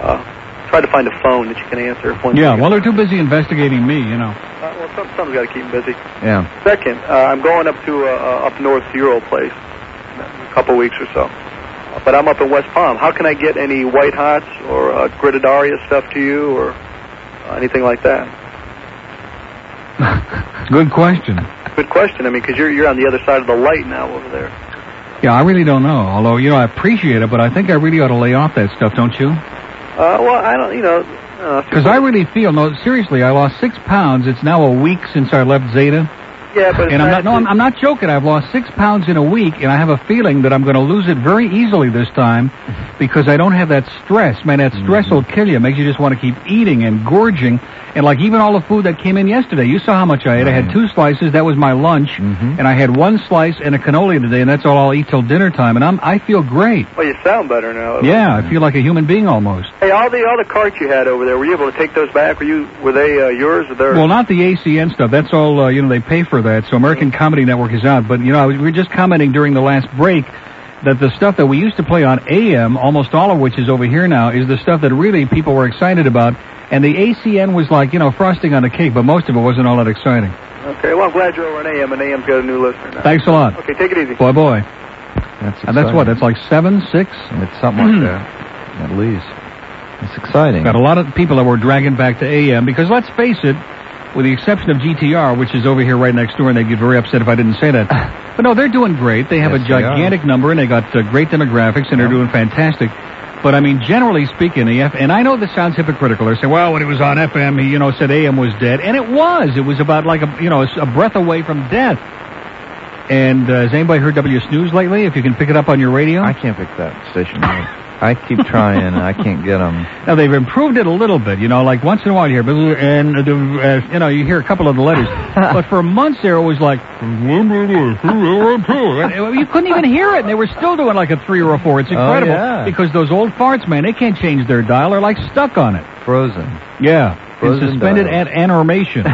uh, try to find a phone that you can answer. If one
Yeah, well, they're too busy investigating me, you know.
Uh, well, some, someone's got to keep 'em busy.
Yeah.
Second, uh, I'm going up to uh, uh, up north to your old place in a couple weeks or so. But I'm up in West Palm. How can I get any white hots or uh, grididaria stuff to you or uh, anything like that?
Good question.
Good question. I mean, because you're you're on the other side of the light now over there.
Yeah, I really don't know. Although, you know, I appreciate it, but I think I really ought to lay off that stuff, don't you?
Uh, well, I don't. You know. Uh,
Because I really feel, no, seriously, I lost six pounds. It's now a week since I left Zeta.
yeah, but it's
And I'm not, no, I'm, I'm not joking. I've lost six pounds in a week, and I have a feeling that I'm going to lose it very easily this time because I don't have that stress. Man, that stress will kill you. It makes you just want to keep eating and gorging. And like even all the food that came in yesterday, you saw how much I ate. I had two slices. That was my lunch. And I had one slice and a cannoli today, and that's all I'll eat till dinner time. And I'm, I feel great.
Well, you sound better now.
Yeah, I feel like a human being almost.
Hey, all the all the carts you had over there, were you able to take those back? Were you were they uh, yours or theirs?
Well, not the ACN stuff. That's all, uh, you know, they pay for that. So American
Mm-hmm.
Comedy Network is out. But, you know, I was, we were just commenting during the last break that the stuff that we used to play on AM, almost all of which is over here now, is the stuff that really people were excited about. And the ACN was like, you know, frosting on the cake, but most of it wasn't all that exciting.
Okay. Well, I'm glad you're over an AM, and AM's got a new listener now.
Thanks a lot.
Okay, take it easy.
Boy, boy.
That's
And that's
exciting.
what? That's like seven, six?
It's something like that, at least. It's exciting.
Got a lot of people that were dragging back to AM because let's face it, with the exception of GTR, which is over here right next door, and they'd get very upset if I didn't say that. But no, they're doing great. They have
Yes,
a
they are.
gigantic number and they got uh, great demographics and they're doing fantastic. But I mean, generally speaking, the F, and I know this sounds hypocritical. They say, well, when he was on FM, he, you know, said AM was dead. And it was. It was about like a, you know, a breath away from death. And uh, has anybody heard W Snooze lately? If you can pick it up on your radio? I
can't pick that station. I keep trying, and I can't get them.
Now they've improved it a little bit, you know. Like once in a while you hear, "Bzz," and uh, uh, you know, you hear a couple of the letters. but for months there, it was like, and you couldn't even hear it. And they were still doing like a three or a four. It's
Oh,
incredible
yeah.
because those old farts, man, they can't change their dial. They're like stuck on it.
Frozen.
Yeah, it's
Frozen
suspended
dial.
at animation.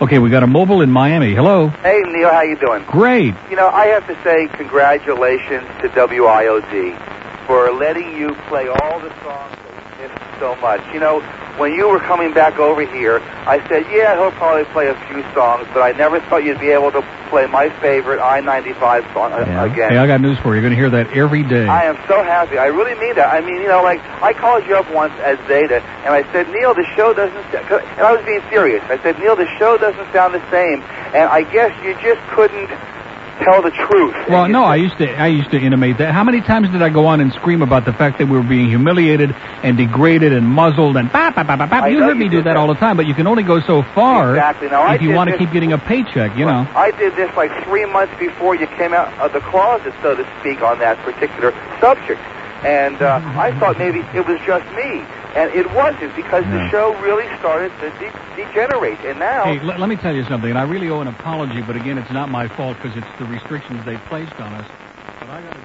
okay, we got a mobile in Miami. Hello.
Hey Neil, how you doing?
Great.
You know, I have to say congratulations to WIOD for letting you play all the songs that we missed so much. You know, when you were coming back over here, I said, yeah, he'll probably play a few songs, but I never thought you'd be able to play my favorite I-95 song uh, again.
Hey, I got news for you. You're going to hear that every day.
I am so happy. I really mean that. I mean, you know, like I called you up once as Zeta, and I said, Neil, the show doesn't. sa- And I was being serious. I said, Neil, the show doesn't sound the same, and I guess you just couldn't tell the truth.
Well, no, I used to I used to intimate that. How many times did I go on and scream about the fact that we were being humiliated and degraded and muzzled and bop, bop, bop, bop, bop.
I
You
know
heard
you
me do
did
that
that.
all the time, but you can only go so far
Exactly. Now, I
if you
did
want to
this-
keep getting a paycheck, you know.
I did this like three months before you came out of the closet, so to speak, on that particular subject. and uh, I thought maybe it was just me, and it wasn't because
Yeah.
the show really started to de- degenerate, and now
Hey, let, let me tell you something, and I really owe an apology, but again, it's not my fault because it's the restrictions they placed on us. But I gotta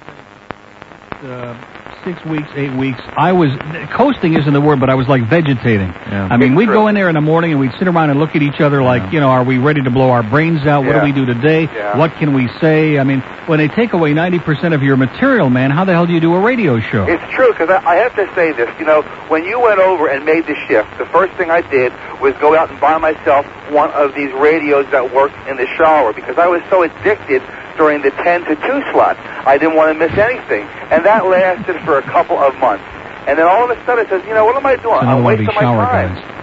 tell you, uh, six weeks, eight weeks, I was coasting isn't the word, but I was like vegetating. I mean, we'd go in there in the morning and we'd sit around and look at each other like, you know, are we ready to blow our brains out? What do
Yeah.
we do today?
Yeah.
What can we say? I mean, when they take away ninety percent of your material, man, how the hell do you do a radio show?
It's true because I, I have to say this. You know, when you went over and made the shift, the first thing I did was go out and buy myself one of these radios that worked in the shower because I was so addicted during the 10 to 2 slot. I didn't want to miss anything, and that lasted for a couple of months. And then all of a sudden, it says, you know, what am I doing?
Another
I'm
one of these
wasting my
shower
time.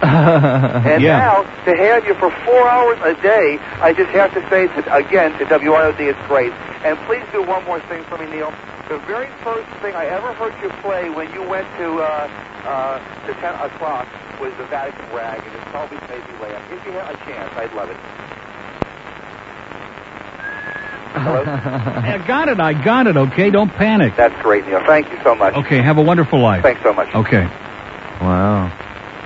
guys.
And
yeah.
now to have you for four hours a day, I just have to say to, again to WIOD, it's great. And please do one more thing for me, Neil. The very first thing I ever heard you play when you went to uh, uh, the 10 o'clock was the Vatican Rag, and it's always made me laugh. If you had a chance, I'd love it.
I got it. I got it. Okay, don't panic.
That's great, Neil. Thank you so much.
Okay, have a wonderful life.
Thanks so much.
Okay. Wow.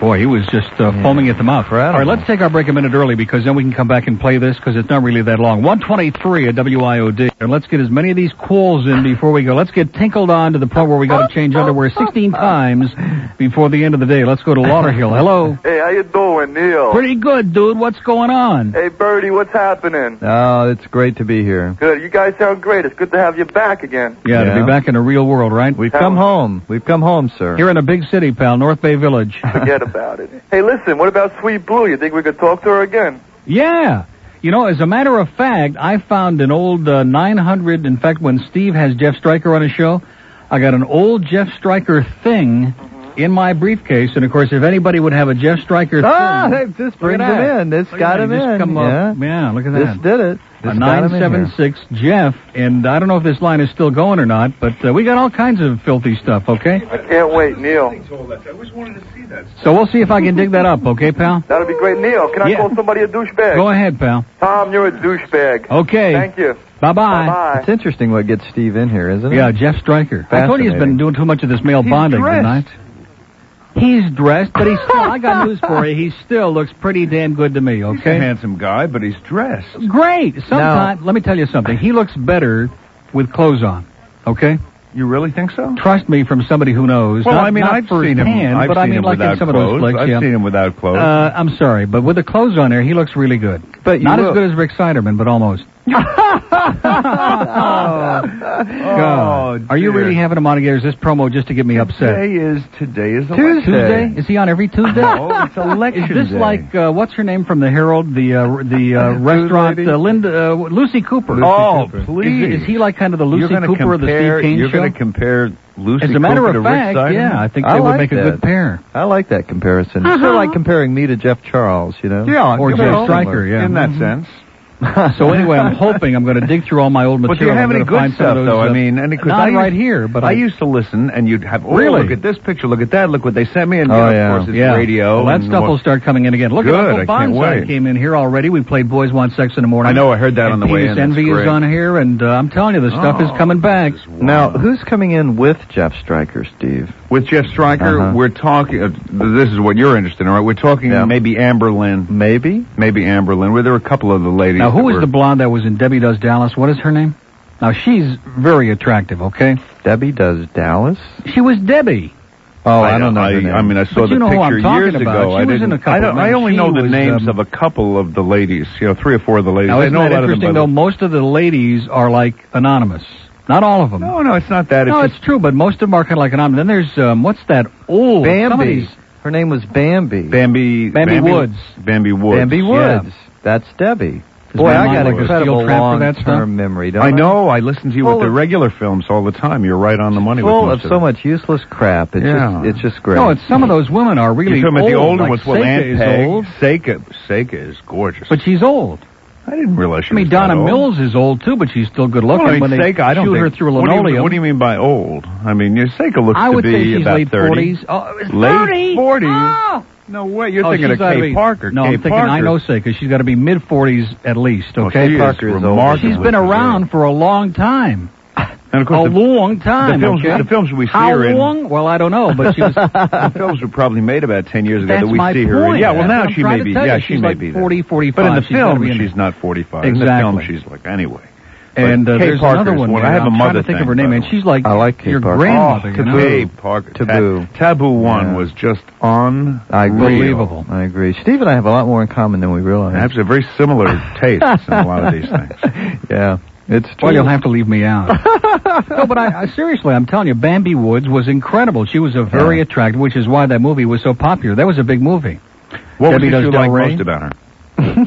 Boy, he was just uh, foaming at the mouth. All right, let's take our break a minute early because then we can come back and play this because it's not really that long. 123 at WIOD. And let's get as many of these calls in before we go. Let's get tinkled on to the point where we got to change underwear 16 times before the end of the day. Let's go to Lauderhill. Hello.
Hey, how you doing, Neil?
Pretty good, dude. What's going on?
Hey, Birdie, what's happening?
Oh, it's great to be here.
Good. You guys sound great. It's good to have you back again.
Yeah, to be back in the real world, right?
We've come home. We've come home, sir.
Here in a big city, pal, North Bay Village.
Forget about it. Hey, listen, what about Sweet Blue? You think we could talk to her again?
Yeah. You know, as a matter of fact, I found an old uh, 900. In fact, when Steve has Jeff Stryker on his show, I got an old Jeff Stryker thing in my briefcase. And of course, if anybody would have a Jeff Stryker
Ah,
thing,
they just
Look at
brings him
that.
in. This
Look at
got
that.
him
He just
in.
come
yeah.
up- yeah, look at
This
that.
did it.
a
This got him in here.
976 Jeff. And I don't know if this line is still going or not, but uh, we got all kinds of filthy stuff, okay?
I can't wait, Neil.
So we'll see if I can dig that up, okay, pal?
That'll be great, Neil. Can I call somebody a douchebag?
Go ahead, pal.
Tom, you're a douchebag.
Okay.
Thank you.
Bye-bye.
Bye-bye.
It's interesting what gets Steve in here, isn't it?
Yeah, Jeff Stryker. I told you he's been doing too much of this male
He's
bonding
dressed.
tonight. He's dressed, but he's still, I got news for you. He still looks pretty damn good to me, okay?
a handsome guy, but he's dressed.
Great. Sometimes, let me tell you something. He looks better with clothes on, okay?
You really think so?
Trust me from somebody who knows.
Well,
Not-
I mean,
not
I've seen him.
firsthand,
I've
but I
seen
mean,
him
like
without
in some of
clothes.
those flicks,
I've
yeah.
seen him without clothes.
Uh, I'm sorry, but with the clothes on there, he looks really good.
But
you
not
look-
as good as Rick Siderman, but almost. Oh. God, are you really having him on again? or Is this promo just to get me upset?
Today is today is
Tuesday. Is he on every Tuesday?
No, it's election
Is this
day.
like uh, what's her name from the Herald, the uh, the uh, restaurant uh, Linda uh, Lucy Cooper?
Lucy Oh, Cooper. please.
Is, is he like kind of the
You're
Lucy
gonna
Cooper of the
compare-
Steve Kane
you're
show?
gonna compare Lucy
As a matter
Cooper
of
to Rick
fact,
Siderman?
yeah, I think they would
like
make a
that.
good pair. Uh-huh.
I like that comparison. It's sort of like comparing me to Jeff Charles, you know?
Yeah,
or
you
Jeff
know,
Stryker, yeah.
in that
Mhm.
sense.
so anyway, I'm hoping I'm going to dig through all my old
But do
material.
you have
I'm
any
gonna
good
find
stuff
some of those,
though? I
uh,
mean, any good?
not
I used,
right here, but
I, used to listen, and you'd have oh,
Really? Oh,
look at this picture, look at that, look what they sent me, and you know, of course it's
yeah.
radio.
Well, that
and
stuff
what-
will start coming in again. Look
Good,
at Uncle
I can't
Bonsai
wait.
came in here already. We played Boys Want Sex in the Morning.
I know, I heard that
And
on the way
Penis
in. That's
Envy
great. Oh,
is on here, and uh, I'm telling you, the stuff is coming back.
Now, who's coming in with Jeff Stryker, Steve?
With Jeff Stryker,
Uh-huh.
we're talking. Uh, this is what you're interested in, all right? We're talking maybe Amber Lynn.
Maybe?
Maybe Amber Lynn. Well, there were a couple of the ladies.
Now,
that
who was
were-
the blonde that was in Debbie Does Dallas? What is her name? Now, she's very attractive, okay?
Debbie Does Dallas?
She was Debbie.
Oh, I, don't know.
I,
the name.
I mean, I saw
But
the
you know who I'm
picture
talking
years
about.
ago.
She
I
was in
didn't.
a couple
I, don't,
of
I
them.
only
She
know the
was,
names
um,
of a couple of the ladies. You know, three or four of the ladies.
Now,
I
isn't
know a
that
lot
interesting,
of
though?
them.
Most of the ladies are, like, anonymous. Not all of them. No,
no, it's not that.
No, it's, true, but most of them are kind of like anonymous. Then there's, um, what's that old...
Bambi.
somebody's-
Her name was Bambi.
Bambi.
Bambi Woods.
Bambi Woods.
Bambi Woods. That's Debbie. Boy,
my
I
mind like
got
a steel
incredible
trap for that stuff?
long-term memory, don't
I know. I listen to you
Full
with the
of-
regular films all the time. You're right on the money
Full
with
of
most
so much useless crap. It's
Yeah.
just, it's just great.
No, it's some of those women are really
You're talking about the
old,
older
like
ones. Well,
Sega
Aunt
is
Peg,
old.
Sega, Sega is gorgeous.
But she's old.
I didn't realize she
I mean,
was
Donna
that old.
Mills is old, too, but she's still good looking.
Well, I mean,
when they
Seika, I don't
shoot her
think-
through
what do you-
linoleum.
What do you mean by old? I mean, your Seika looks
I
to
would
be
say she's
about
late
30.
40s. Oh, it's
Late
30?
40s?
Oh!
No way. You're
Oh,
thinking
she's
of
gotta
Kay
be-
Parker.
No,
Kay
I'm thinking
Parker.
I know Seika. She's got to be mid 40s at least. Okay,
she is Parker is old.
She's
remarkably
been around for a long time.
And of
a
course, the,
long time.
the films-
okay?
the films we see
How
her in-
long? Well, I don't know, but she was.
the films were probably made about ten years ago
That's
that we
my
see her. in.
point.
Yeah, well
That's
now
what I'm
she
trying
may
to
be.
tell you.
Yeah,
She's
she may
like
be. there.
40, 45.
But in the
She's gotta be
film,
in
she's not forty-five. In the
Exactly.
film, she's like anyway.
And
But
uh,
Kay
there's
Parker's
another one.
one.
there.
I have a
I'm
mother
trying to think
thing,
of her
by
name,
the
and
way.
she's like
I like Kay
your
Parker.
grandmother.
Oh,
you know?
Taboo.
Parker.
Taboo.
Taboo one was just on.
I agree.
Unbelievable.
I agree. Steve and I have a lot more in common than we realize.
That's a very similar tastes in a lot of these things.
Yeah, it's true.
Well, you'll have to leave me out. no, but I, I seriously, I'm telling you, Bambi Woods was incredible. She was a very attractive, which is why that movie was so popular. That was a big movie.
What
Debbie
was it
Does
you
Del
like
Rey?
most about her?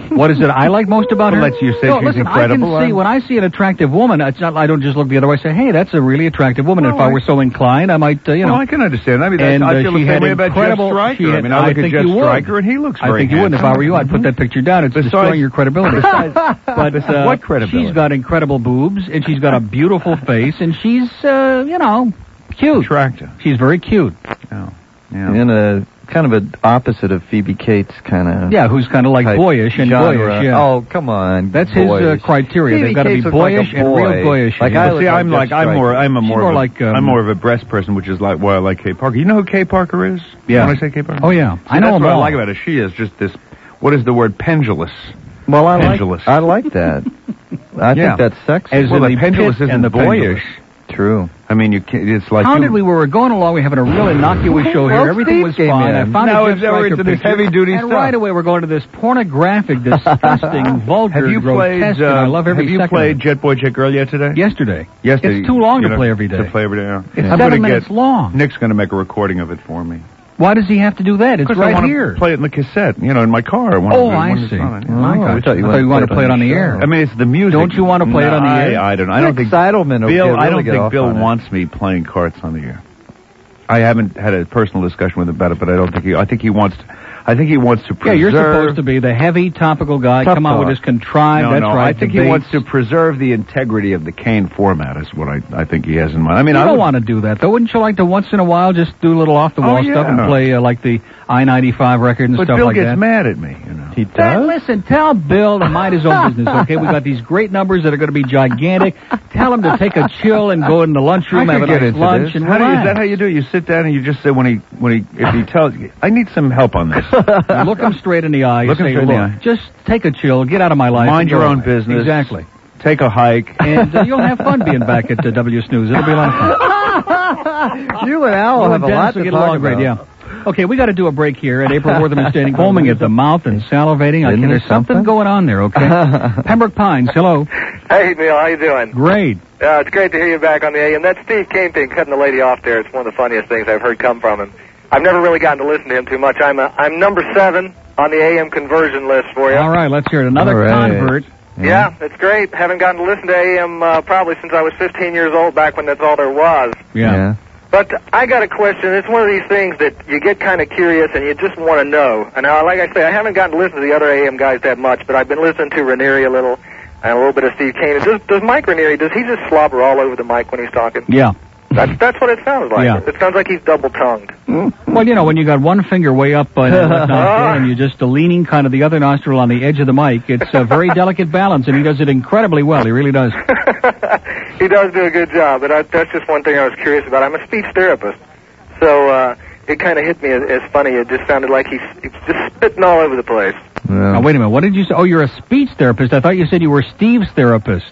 What is it I like most about her?
Well, let's- you say
no,
she's
listen,
incredible,
I can see
uh,
when I see an attractive woman, it's not, I don't just look the other way. and Say, hey, that's a really attractive woman. if I were so inclined, I might, uh, you know.
Well, I can understand. I mean, that's,
and,
I
uh,
feel
she
the same
had
way about Jeff
incredible-
Stryker.
she
I
had-
mean, I look at
think
Jeff
you would.
Stryker, and he looks
I
very
think you wouldn't. If I
handsome.
were you, I'd put that picture down. It's destroying your credibility.
Besides-
but uh,
what credibility?
She's got incredible boobs, and she's got a beautiful face, and she's, uh, you know, cute.
Attractive.
She's very cute.
In a kind of an opposite of Phoebe Cates kind of.
Yeah, who's kind of like
type
boyish and
genre.
boyish. Yeah.
Oh, come on.
That's his, uh,
boyish.
criteria.
Phoebe
They've gotta be
Cates looked like a
boyish and real
boy.
boyish.
Like
Yeah.
I
But
look
See, I'm
Jeff
like I'm
Stryker.
more I'm a more,
more
of a,
like, um,
I'm more of a breast person, which is like why I like Kay Parker. You know who Kay Parker is?
Yeah.
When I say Kay Parker.
Oh, yeah.
See,
I know
that's
him
what I
all.
like about her. She is just this. What is the word? Pendulous.
Well, I
pendulous.
like I like that. I
Yeah.
think that's sexy.
As Well, in the the pendulous pit isn't and the boyish.
True.
I mean, you can, it's like
How
you,
did we we were going along? We were having a real innocuous show here.
Well,
Everything
Steve
was
came
fine.
in.
I found
Now it's- now
a Jeff
it's
Stryker
this
picture,
heavy-duty
and
stuff.
right away we're going to this pornographic, disgusting, vulgar,
Uh, Have you played?
grotesque.
uh,
and I love every
have you
second.
played Jet Boy Jet Girl yet today?
Yesterday.
Yesterday.
It's too long
you
to
know,
play every day.
To play every day. yeah.
It's
I'm
seven
gonna
minutes
get,
long.
Nick's going to make a recording of it for me.
Why does he have to do that? It's
'Cause I
right
wanna
here.
Play it in the cassette, you know, in my car. When
Oh,
when
I
it's
see.
on it.
My gosh. I thought you wanted to play it on the air.
I mean, it's the music.
Don't you want to play it on the
No,
air?
I, I don't. I don't think
Rick Seidelman will
Bill.
get-
I
really
don't
get
think
off
Bill
on it.
wants me playing carts on the air. I haven't had a personal discussion with him about it, but I don't think he. I think he wants. I think he wants to
yeah,
preserve.
you're supposed to be the heavy topical guy.
Tough
Come on with
talk.
this contrived.
no,
that's
no,
right.
I think he
debates.
wants to preserve the integrity of the cane format. Is what I, I think he has in mind. I mean,
you
I
don't
would-
want to do that though. Wouldn't you like to once in a while just do a little off the wall
Oh, yeah.
stuff and play uh, like the I-95 record and
but
stuff
Bill
like
gets
that?
mad at me. You know, he
Then listen, tell Bill to mind his own business, okay? We got these great numbers that are going to be gigantic. Tell him to take a chill and go in the lunchroom,
I
have a
could get
nice
into
lunch,
this.
and
how do you, is
relax.
that how you do it? You sit down and you just say when he when he if he tells you, I need some help on this.
You look him straight in the eye. You
Look him
say,
straight in the
"Look,
eye."
just take a chill, get out of my life.
Mind
and go
your own
away."
business.
Exactly.
Take a hike.
And uh, you'll have fun being back at uh, W Snooze. It'll be a lot of fun.
you and Al
Well,
Oh, have a
Dennis
lot
will
to
get
talk
along
about.
great, yeah. Okay, we got to do a break here. And April Wortham is standing, foaming at the mouth and salivating. I
Isn't
can,
there
there's something? going on there. Okay, Pembroke Pines. Hello.
Hey, Neil, how you doing?
Great.
Uh, it's great to hear you back on the AM. That Steve Kane thing, cutting the lady off there, it's one of the funniest things I've heard come from him. I've never really gotten to listen to him too much. I'm a, I'm number seven on the AM conversion list for you.
All right, let's hear it. Another
All right.
convert.
Yeah, it's great. Haven't gotten to listen to AM uh, probably since I was 15 years old, back when that's all there was.
Yeah.
But I got a question. It's one of these things that you get kind of curious and you just want to know. And now, like I say, I haven't gotten to listen to the other AM guys that much, but I've been listening to Ranieri a little and a little bit of Steve Kane. Does, does Mike Ranieri, does he just slobber all over the mic when he's talking?
Yeah.
That's that's what it sounds like.
Yeah.
It sounds like he's double tongued.
Well, you know, when you got one finger way up uh, in the left nostril and you're just uh, leaning kind of the other nostril on the edge of the mic, it's a very delicate balance, and he does it incredibly well. He really does.
He does do a good job, but I, that's just one thing I was curious about. I'm a speech therapist, so uh, it kind of hit me as, as funny. It just sounded like he's, he's just spitting all over the place.
Now, wait a minute. What did you say? Oh, you're a speech therapist. I thought you said you were Steve's therapist.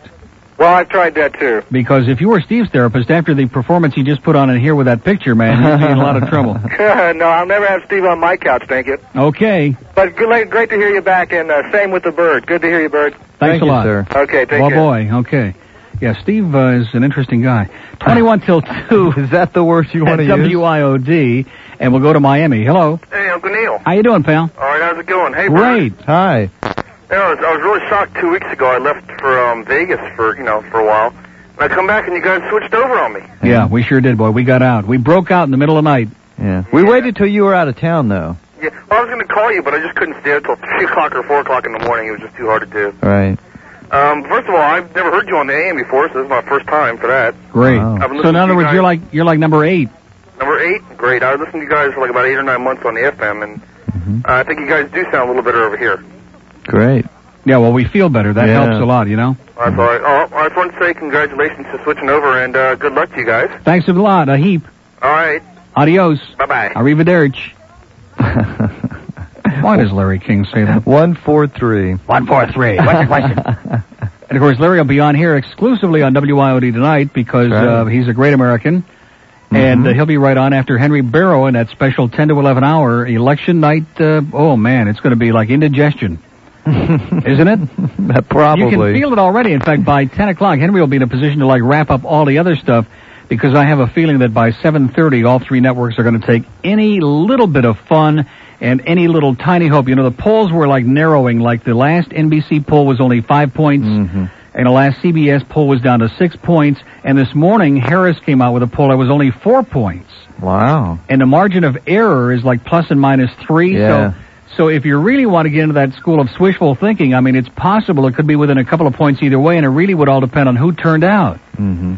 Well, I've tried that too.
Because if you were Steve's therapist, after the performance he just put on in here with that picture, man, you'd be in a lot of trouble.
no, I'll never have Steve on my couch. Thank you.
Okay.
But good, like, great to hear you back, and uh, same with the bird. Good to hear you, bird.
Thanks a lot.
Okay, take
well,
care.
boy. Okay. Yeah, Steve uh, is an interesting guy. 21 till 2. is that the word you
wanna use?
WIOD. And we'll go to Miami. Hello.
Hey, Uncle Neil.
How you doing, pal?
All right, how's it going? Hey, Brian.
Great. Hi.
You know, I was, I was really shocked two weeks ago. I left for um, Vegas for you know for a while, and I come back and you guys switched over on me.
Yeah, we sure did, boy. We got out. We broke out in the middle of the night.
Yeah. We waited till you were out of town, though.
Yeah, well, I was going to call you, but I just couldn't stay up till three o'clock or four o'clock in the morning. It was just too hard to do.
Right.
Um, first of all, I've never heard you on the AM before, so this is my first time for that.
Great.
I've been
So in
listening to
other
you
words,
guys-
you're like you're like number eight.
Number eight, great. I listened to you guys for like
Mm-hmm.
about eight or nine months on the FM, and uh, I think you guys do sound a little better over here.
Great.
Yeah, well, we feel better. That
Yeah.
helps a lot, you know?
All right, boy. Oh, I just want to say congratulations to switching over, and uh, good luck to you guys.
Thanks a lot, a heap.
All right.
Adios.
Bye-bye.
Arrivederci. Why does Larry King say that?
One four three.
One four three. What's your question? and of course, Larry will be on here exclusively on WIOD tonight because
That's right. Mm-hmm.
uh, he's a great American, and uh, he'll be right on after Henry Barrow in that special ten to eleven hour election night. Uh, oh man, it's going to be like indigestion, isn't it?
Probably.
You can feel it already. In fact, by 10 o'clock, Henry will be in a position to like wrap up all the other stuff because I have a feeling that by 7.30, all three networks are going to take any little bit of fun and any little tiny hope. You know, the polls were like narrowing, like the last NBC poll was only five points.
Mm. Mm-hmm.
And the last CBS poll was down to six points. And this morning, Harris came out with a poll that was only four points.
Wow.
And the margin of error is like plus and minus three.
Yeah.
So so if you really want to get into that school of swishful thinking, I mean, it's possible it could be within a couple of points either way, and it really would all depend on who turned out.
Mm-hmm.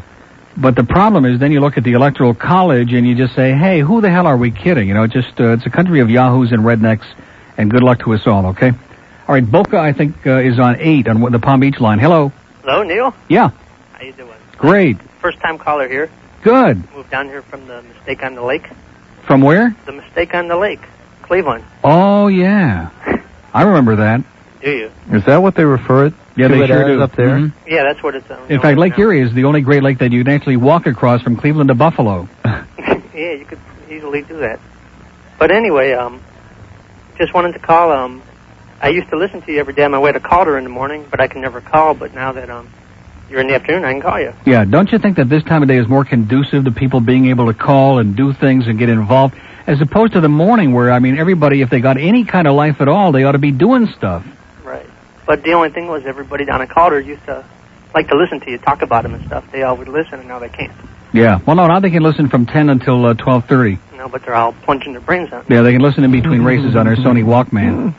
But the problem is, then you look at the electoral college and you just say, "Hey, who the hell are we kidding?" You know, it just uh, it's a country of yahoos and rednecks, and good luck to us all. Okay. All right, Boca, I think uh, is on eight on the Palm Beach line. Hello.
Hello, Neil.
Yeah.
How you doing?
Great.
First time caller here.
Good.
Moved down here from the mistake on the lake.
From where?
The mistake on the lake, Cleveland.
Oh yeah, I remember that.
Do you?
Is that what they refer it?
Yeah,
to
they
it
sure
as
do.
up there.
Mhm.
Yeah, that's what it's. Um,
In fact, Lake Erie is the only Great Lake that you can actually walk across from Cleveland to Buffalo.
yeah, you could easily do that. But anyway, um, just wanted to call. Um, I used to listen to you every day on my way to Calder in the morning, but I can never call. But now that um, you're in the afternoon, I can call you.
Yeah, don't you think that this time of day is more conducive to people being able to call and do things and get involved, as opposed to the morning where, I mean, everybody, if they got any kind of life at all, they ought to be doing stuff.
Right. But the only thing was, everybody down at Calder used to like to listen to you talk about them and stuff. They all would listen, and now they can't.
Yeah. Well, no, now they can listen from 10 until uh, 12.30.
You know, but they're all plunging their brains out.
Yeah, they can listen in between races on their Sony Walkman.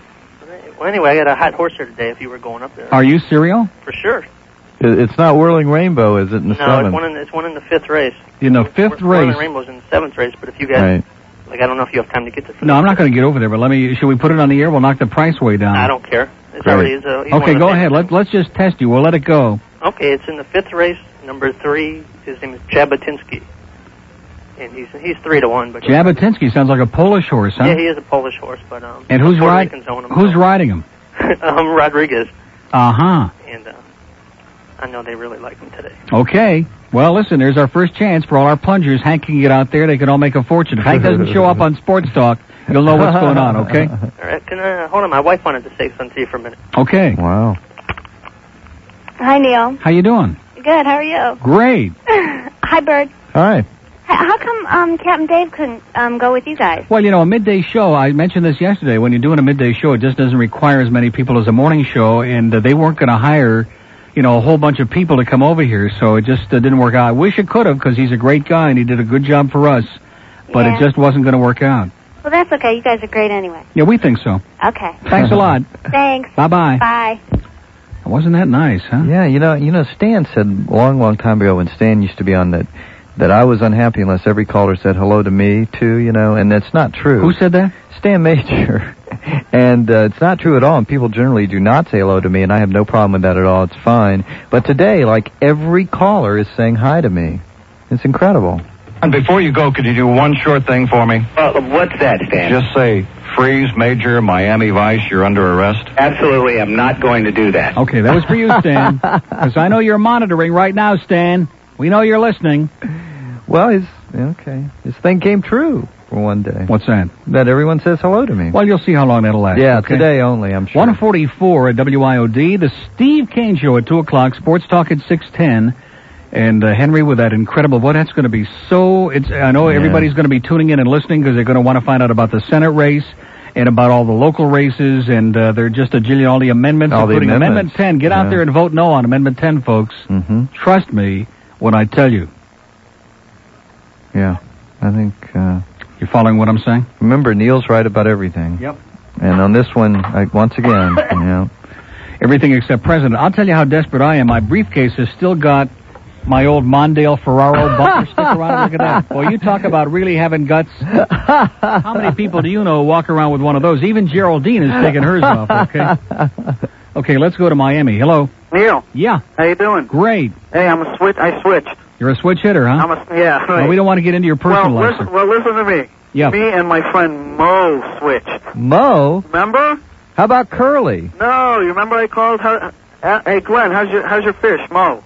Well, anyway, I got a hot horse here today. If you were going up there,
Are you serial?
for sure.
It- It's not Whirling Rainbow, is it? In the
no,
seventh.
it's one in it's one in the fifth race.
In the fifth
We're- we're in
race.
the rainbows in the seventh race. But if you guys,
Right.
like, I don't know if you have time to get to.
No, I'm not going to get over there, but let me, should we put it on the air? We'll knock the price way down.
I don't care. It's
Great.
already it's a, he's one
okay,
of
go
the-
ahead. Let, let's just test you. We'll let it go.
Okay, it's in the fifth race. Number three, his name is Jabotinsky, and he's he's three to one. But
Jabotinsky sounds like a Polish horse, huh?
yeah, he is a Polish horse, but um.
And who's
Puerto
riding?
Ricans own him.
Who's riding him?
um, Rodriguez,
Uh huh.
and uh, I know they really like him today.
Okay. Well, listen, there's our first chance for all our plungers. Hank can get out there. They can all make a fortune. If Hank doesn't show up on Sports Talk, you'll know what's going on, okay?
All right, can uh, hold on. My wife wanted to say something to you for a minute.
Okay.
Wow.
Hi, Neil.
How you doing?
Good. How are you?
Great.
Hi, Bird.
Hi.
H- How come um, Captain Dave couldn't um, go with you guys?
Well, you know, a midday show, I mentioned this yesterday, when you're doing a midday show, it just doesn't require as many people as a morning show, and uh, they weren't going to hire, you know, a whole bunch of people to come over here, so it just uh, didn't work out. I wish it could have, because he's a great guy and he did a good job for us, but
Yeah.
it just wasn't going to work out.
Well, that's okay. You guys are great anyway.
Yeah, we think so.
Okay.
Thanks a lot.
Thanks.
Bye-bye.
Bye.
Wasn't that nice, huh?
Yeah, you know, you know, Stan said a long, long time ago when Stan used to be on that that I was unhappy unless every caller said hello to me too, you know, and that's not true.
Who said that?
Stan Major. and uh, it's not true at all. And people generally do not say hello to me, and I have no problem with that at all. It's fine. But today, like every caller is saying hi to me. It's incredible.
And before you go, could you do one short thing for me? Uh, what's that, Stan? Just say, freeze, Major, Miami Vice, you're under arrest. Absolutely, I'm not going to do that.
Okay, that was for you, Stan. Because I know you're monitoring right now, Stan. We know you're listening.
Well, his okay, his thing came true for one day.
What's that?
That everyone says hello to me.
Well, you'll see how long that'll last.
yeah,
okay?
today only. I'm sure.
144 at WIOD, the Steve Kane Show at 2 o'clock, Sports Talk at 610, and uh, Henry with that incredible, boy, that's going to be so, it's, I know
Yeah.
everybody's going to be tuning in and listening because they're going to want to find out about the Senate race and about all the local races, and uh, they're just a jillion, all the amendments,
All the
including
amendments.
Amendment 10. Get out
Yeah.
there and vote no on Amendment 10, folks.
Mm-hmm.
Trust me when I tell you.
Yeah, I think. Uh,
You're following what I'm saying?
Remember, Neil's right about everything.
Yep.
And on this one, I, once again, you know,
everything except president. I'll tell you how desperate I am. My briefcase has still got my old Mondale Ferraro bumper sticker on. it. Look at that. Boy, you talk about really having guts. How many people do you know walk around with one of those? Even Geraldine has taken hers off, okay? Okay, let's go to Miami. Hello.
Neil,
Yeah.
how you doing?
Great.
Hey, I'm a switch. I switched.
You're a switch hitter, huh?
I'm a yeah. Right.
Well, we don't want to get into your personal
well,
life.
listen, well, listen to me.
Yeah.
Me and my friend Mo switched.
Mo,
Remember?
how about Curly?
No, you remember I called her. Uh, hey, Glenn, how's your how's your fish, Mo?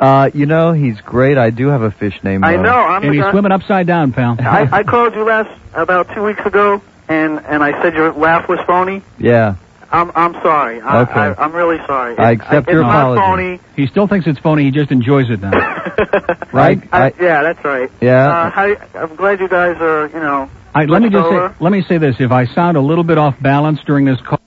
Uh, you know, he's great. I do have a fish named uh, Mo.
I know. I'm the guy-
upside down, pal.
I, I called you last about two weeks ago, and and I said your laugh was phony.
yeah.
I'm I'm sorry. I,
Okay.
I, I'm really sorry.
I
It-
accept
it's
your
not
apology.
phony.
He still thinks it's phony. He just enjoys it now. right?
I, yeah, that's right.
Yeah.
Uh, how, I'm glad you guys are, you know.
I, let me
switched
just
over.
say, let me say this. If I sound a little bit off balance during this call,